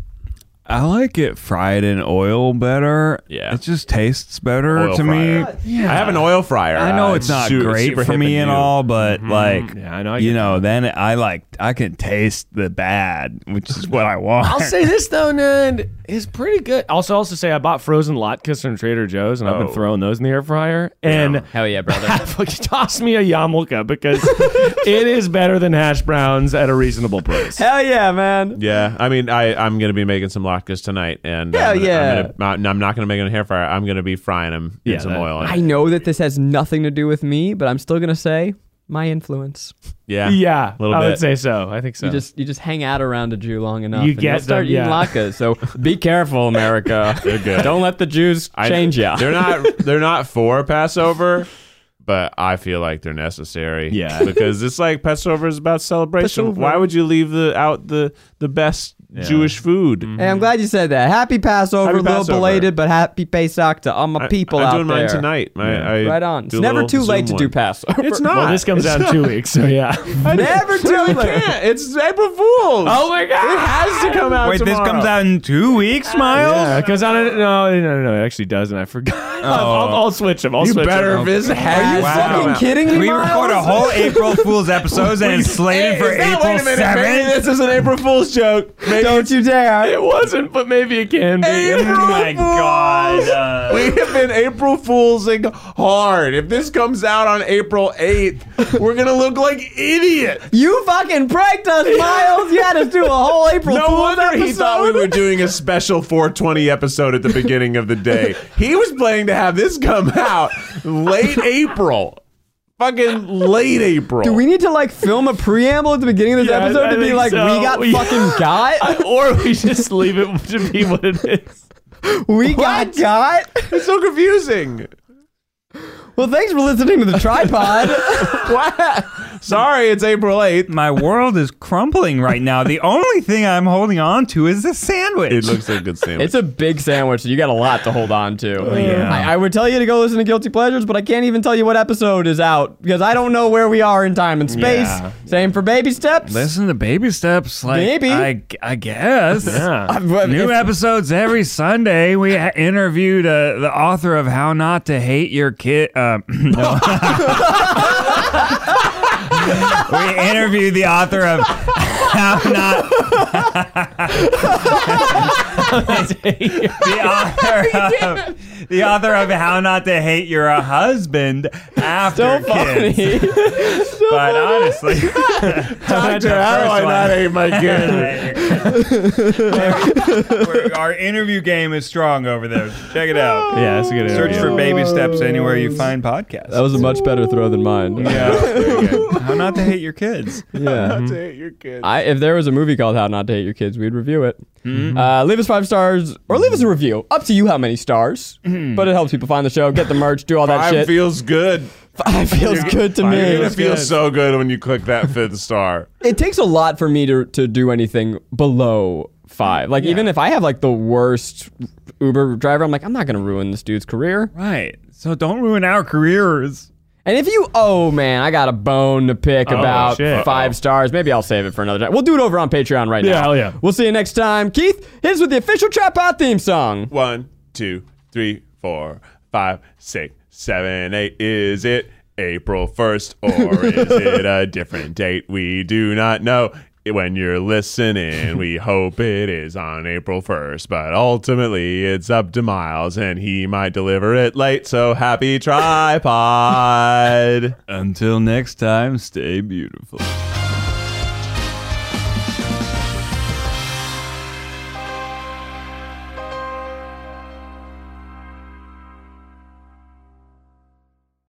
E: I like it fried in oil better.
D: Yeah.
E: It just tastes better
D: Oil
E: to me.
D: fryer. I have an oil fryer.
E: I know
D: Uh,
E: it's not
D: su-
E: great
D: super
E: for
D: hip
E: me and
D: new.
E: all, but like,
F: Yeah, I know, I
E: you
F: get
E: know, then I like, I can taste the bad, which is what I want.
F: I'll say this though, Nund is pretty good. Also, also say I bought frozen latkes from Trader Joe's, and I've
D: Oh.
F: been throwing those in the air fryer. And
B: Hell yeah, brother.
F: fucking toss me a yarmulke because it is better than hash browns at a reasonable price.
B: Hell yeah, man.
D: Yeah, I mean, I I'm gonna be making some latkes tonight, and um,
B: Hell
D: I'm gonna,
B: yeah.
D: I'm, gonna, I'm not gonna make an hair fryer. I'm gonna be frying them
F: Yeah,
D: in some
F: that-
D: oil. in it.
B: I know that this has nothing to do with me, but I'm still gonna say my influence.
D: yeah,
F: Yeah,
D: a little
F: I
D: bit.
F: would say so. I think so.
B: You just you just hang out around a Jew long enough.
F: You
B: and
F: get
B: you'll start
F: them,
B: eating
F: yeah.
B: latkes. So be careful, America.
D: good.
B: Don't let the Jews
D: I-
B: change ya.
D: They're not they're not for Passover, but I feel like they're necessary.
F: Yeah.
D: because it's like Passover is about celebration.
B: Passover.
D: Why would you leave the out the the best Jewish food?
B: Hey, I'm glad you said that. Happy Passover,
D: Happy
B: a little
D: Passover.
B: belated, but happy Pesach to all my
D: I-
B: people
D: I'm
B: out
D: doing
B: there.
D: mine tonight. I- I
B: Right on. It's
D: do a
B: never
D: little
B: too late to
D: Zoom
B: do
D: one.
B: Passover.
D: It's not.
F: well, this comes out in two weeks, so yeah.
B: never too late.
D: Yeah, it's April Fools.
F: oh my god,
D: It has to come out.
E: Wait, this
D: tomorrow.
E: comes out in two weeks, Miles?
F: Yeah, it comes out. In, no, no, no, no, it actually doesn't. I forgot. I'll,
E: Oh.
F: I'll, I'll switch them. I'll
D: You
F: switch 'em.
D: better
F: I'll-
D: visit.
B: Are you fucking kidding me?
E: We record a
B: Miles?
E: whole April Fool's episodes and it's slated for
D: Is that-
E: April
D: wait a minute, maybe
E: 7th.
D: this is an April Fool's joke. Maybe
B: Don't you dare.
F: It wasn't, but maybe it can be.
E: Oh my god. uh,
D: We have been April Foolsing hard. If this comes out on April 8th, we're going to look like idiots.
B: You fucking pranked us, Miles. You had us do a whole April
D: No
B: Fool's
D: wonder he
B: episode.
D: thought we were doing a special 420 episode at the beginning of the day. He was planning to have this come out late April. Fucking late April.
B: Do we need to like film a preamble at the beginning of this
F: Yeah, I-
B: episode
F: I
B: to be
F: think
B: like,
F: so.
B: we got
F: We-
B: fucking got,
F: or we just leave it to be what it is.
B: we got got.
D: It's so confusing.
B: Well, thanks for listening to the tripod.
D: What? Sorry, it's April 8th.
E: My world is crumbling right now. The only thing I'm holding on to is the sandwich.
D: It looks like a good sandwich.
B: It's a big sandwich, so you got a lot to hold on to.
E: Oh, yeah.
B: I, I would tell you to go listen to Guilty Pleasures, but I can't even tell you what episode is out because I don't know where we are in time and space.
E: Yeah.
B: Same for Baby Steps.
E: Listen to baby steps, like
B: Maybe.
E: I, I guess.
F: Yeah.
B: I've- I've-
E: New
B: if-
E: episodes every Sunday. We ha- interviewed uh, the author of How Not to Hate Your Kid. Uh, no. we interviewed the author of How Not the author of the author of How Not to Hate Your Husband After
B: so
E: Kids.
B: funny.
E: But honestly,
D: Doctor, how do I not hate my kid?
E: our interview game is strong over there. Check it out.
F: Yeah, that's a good
E: Search for baby steps anywhere you find podcasts.
B: that was a much better throw than mine.
E: yeah. How not to hate your kids.
B: Yeah.
D: To hate your kid.
B: I, if there was a movie called How Not to Hate Your Kids, we'd review it.
E: Mm-hmm.
B: Uh, leave us five stars or leave us a
E: Mm-hmm.
B: review. Up to you how many stars, but it helps people find the show, get the merch, do all that
D: Five
B: shit.
D: feels good.
B: It feels good to
D: You're gonna
B: me.
D: feel so good when you click that fifth star.
B: It takes a lot for me to, to do anything below five. Like, even if I have like the worst Uber driver, I'm like, I'm not going to ruin this dude's career.
E: Right. So don't ruin our careers.
B: And if you, oh man, I got a bone to pick about
F: Oh, shit.
B: 5 stars. Maybe I'll save it for another time. We'll do it over on Patreon right
F: Yeah,
B: now.
F: hell yeah.
B: We'll see you next time. Keith, here's with the official Trap Out theme song.
D: One, two, three, four, five, six, seven, eight. Is it April 1st or is it a different date? We do not know. When you're listening, we hope it is on April 1st, but ultimately it's up to Miles and he might deliver it late. So happy tripod.
E: Until next time, stay beautiful.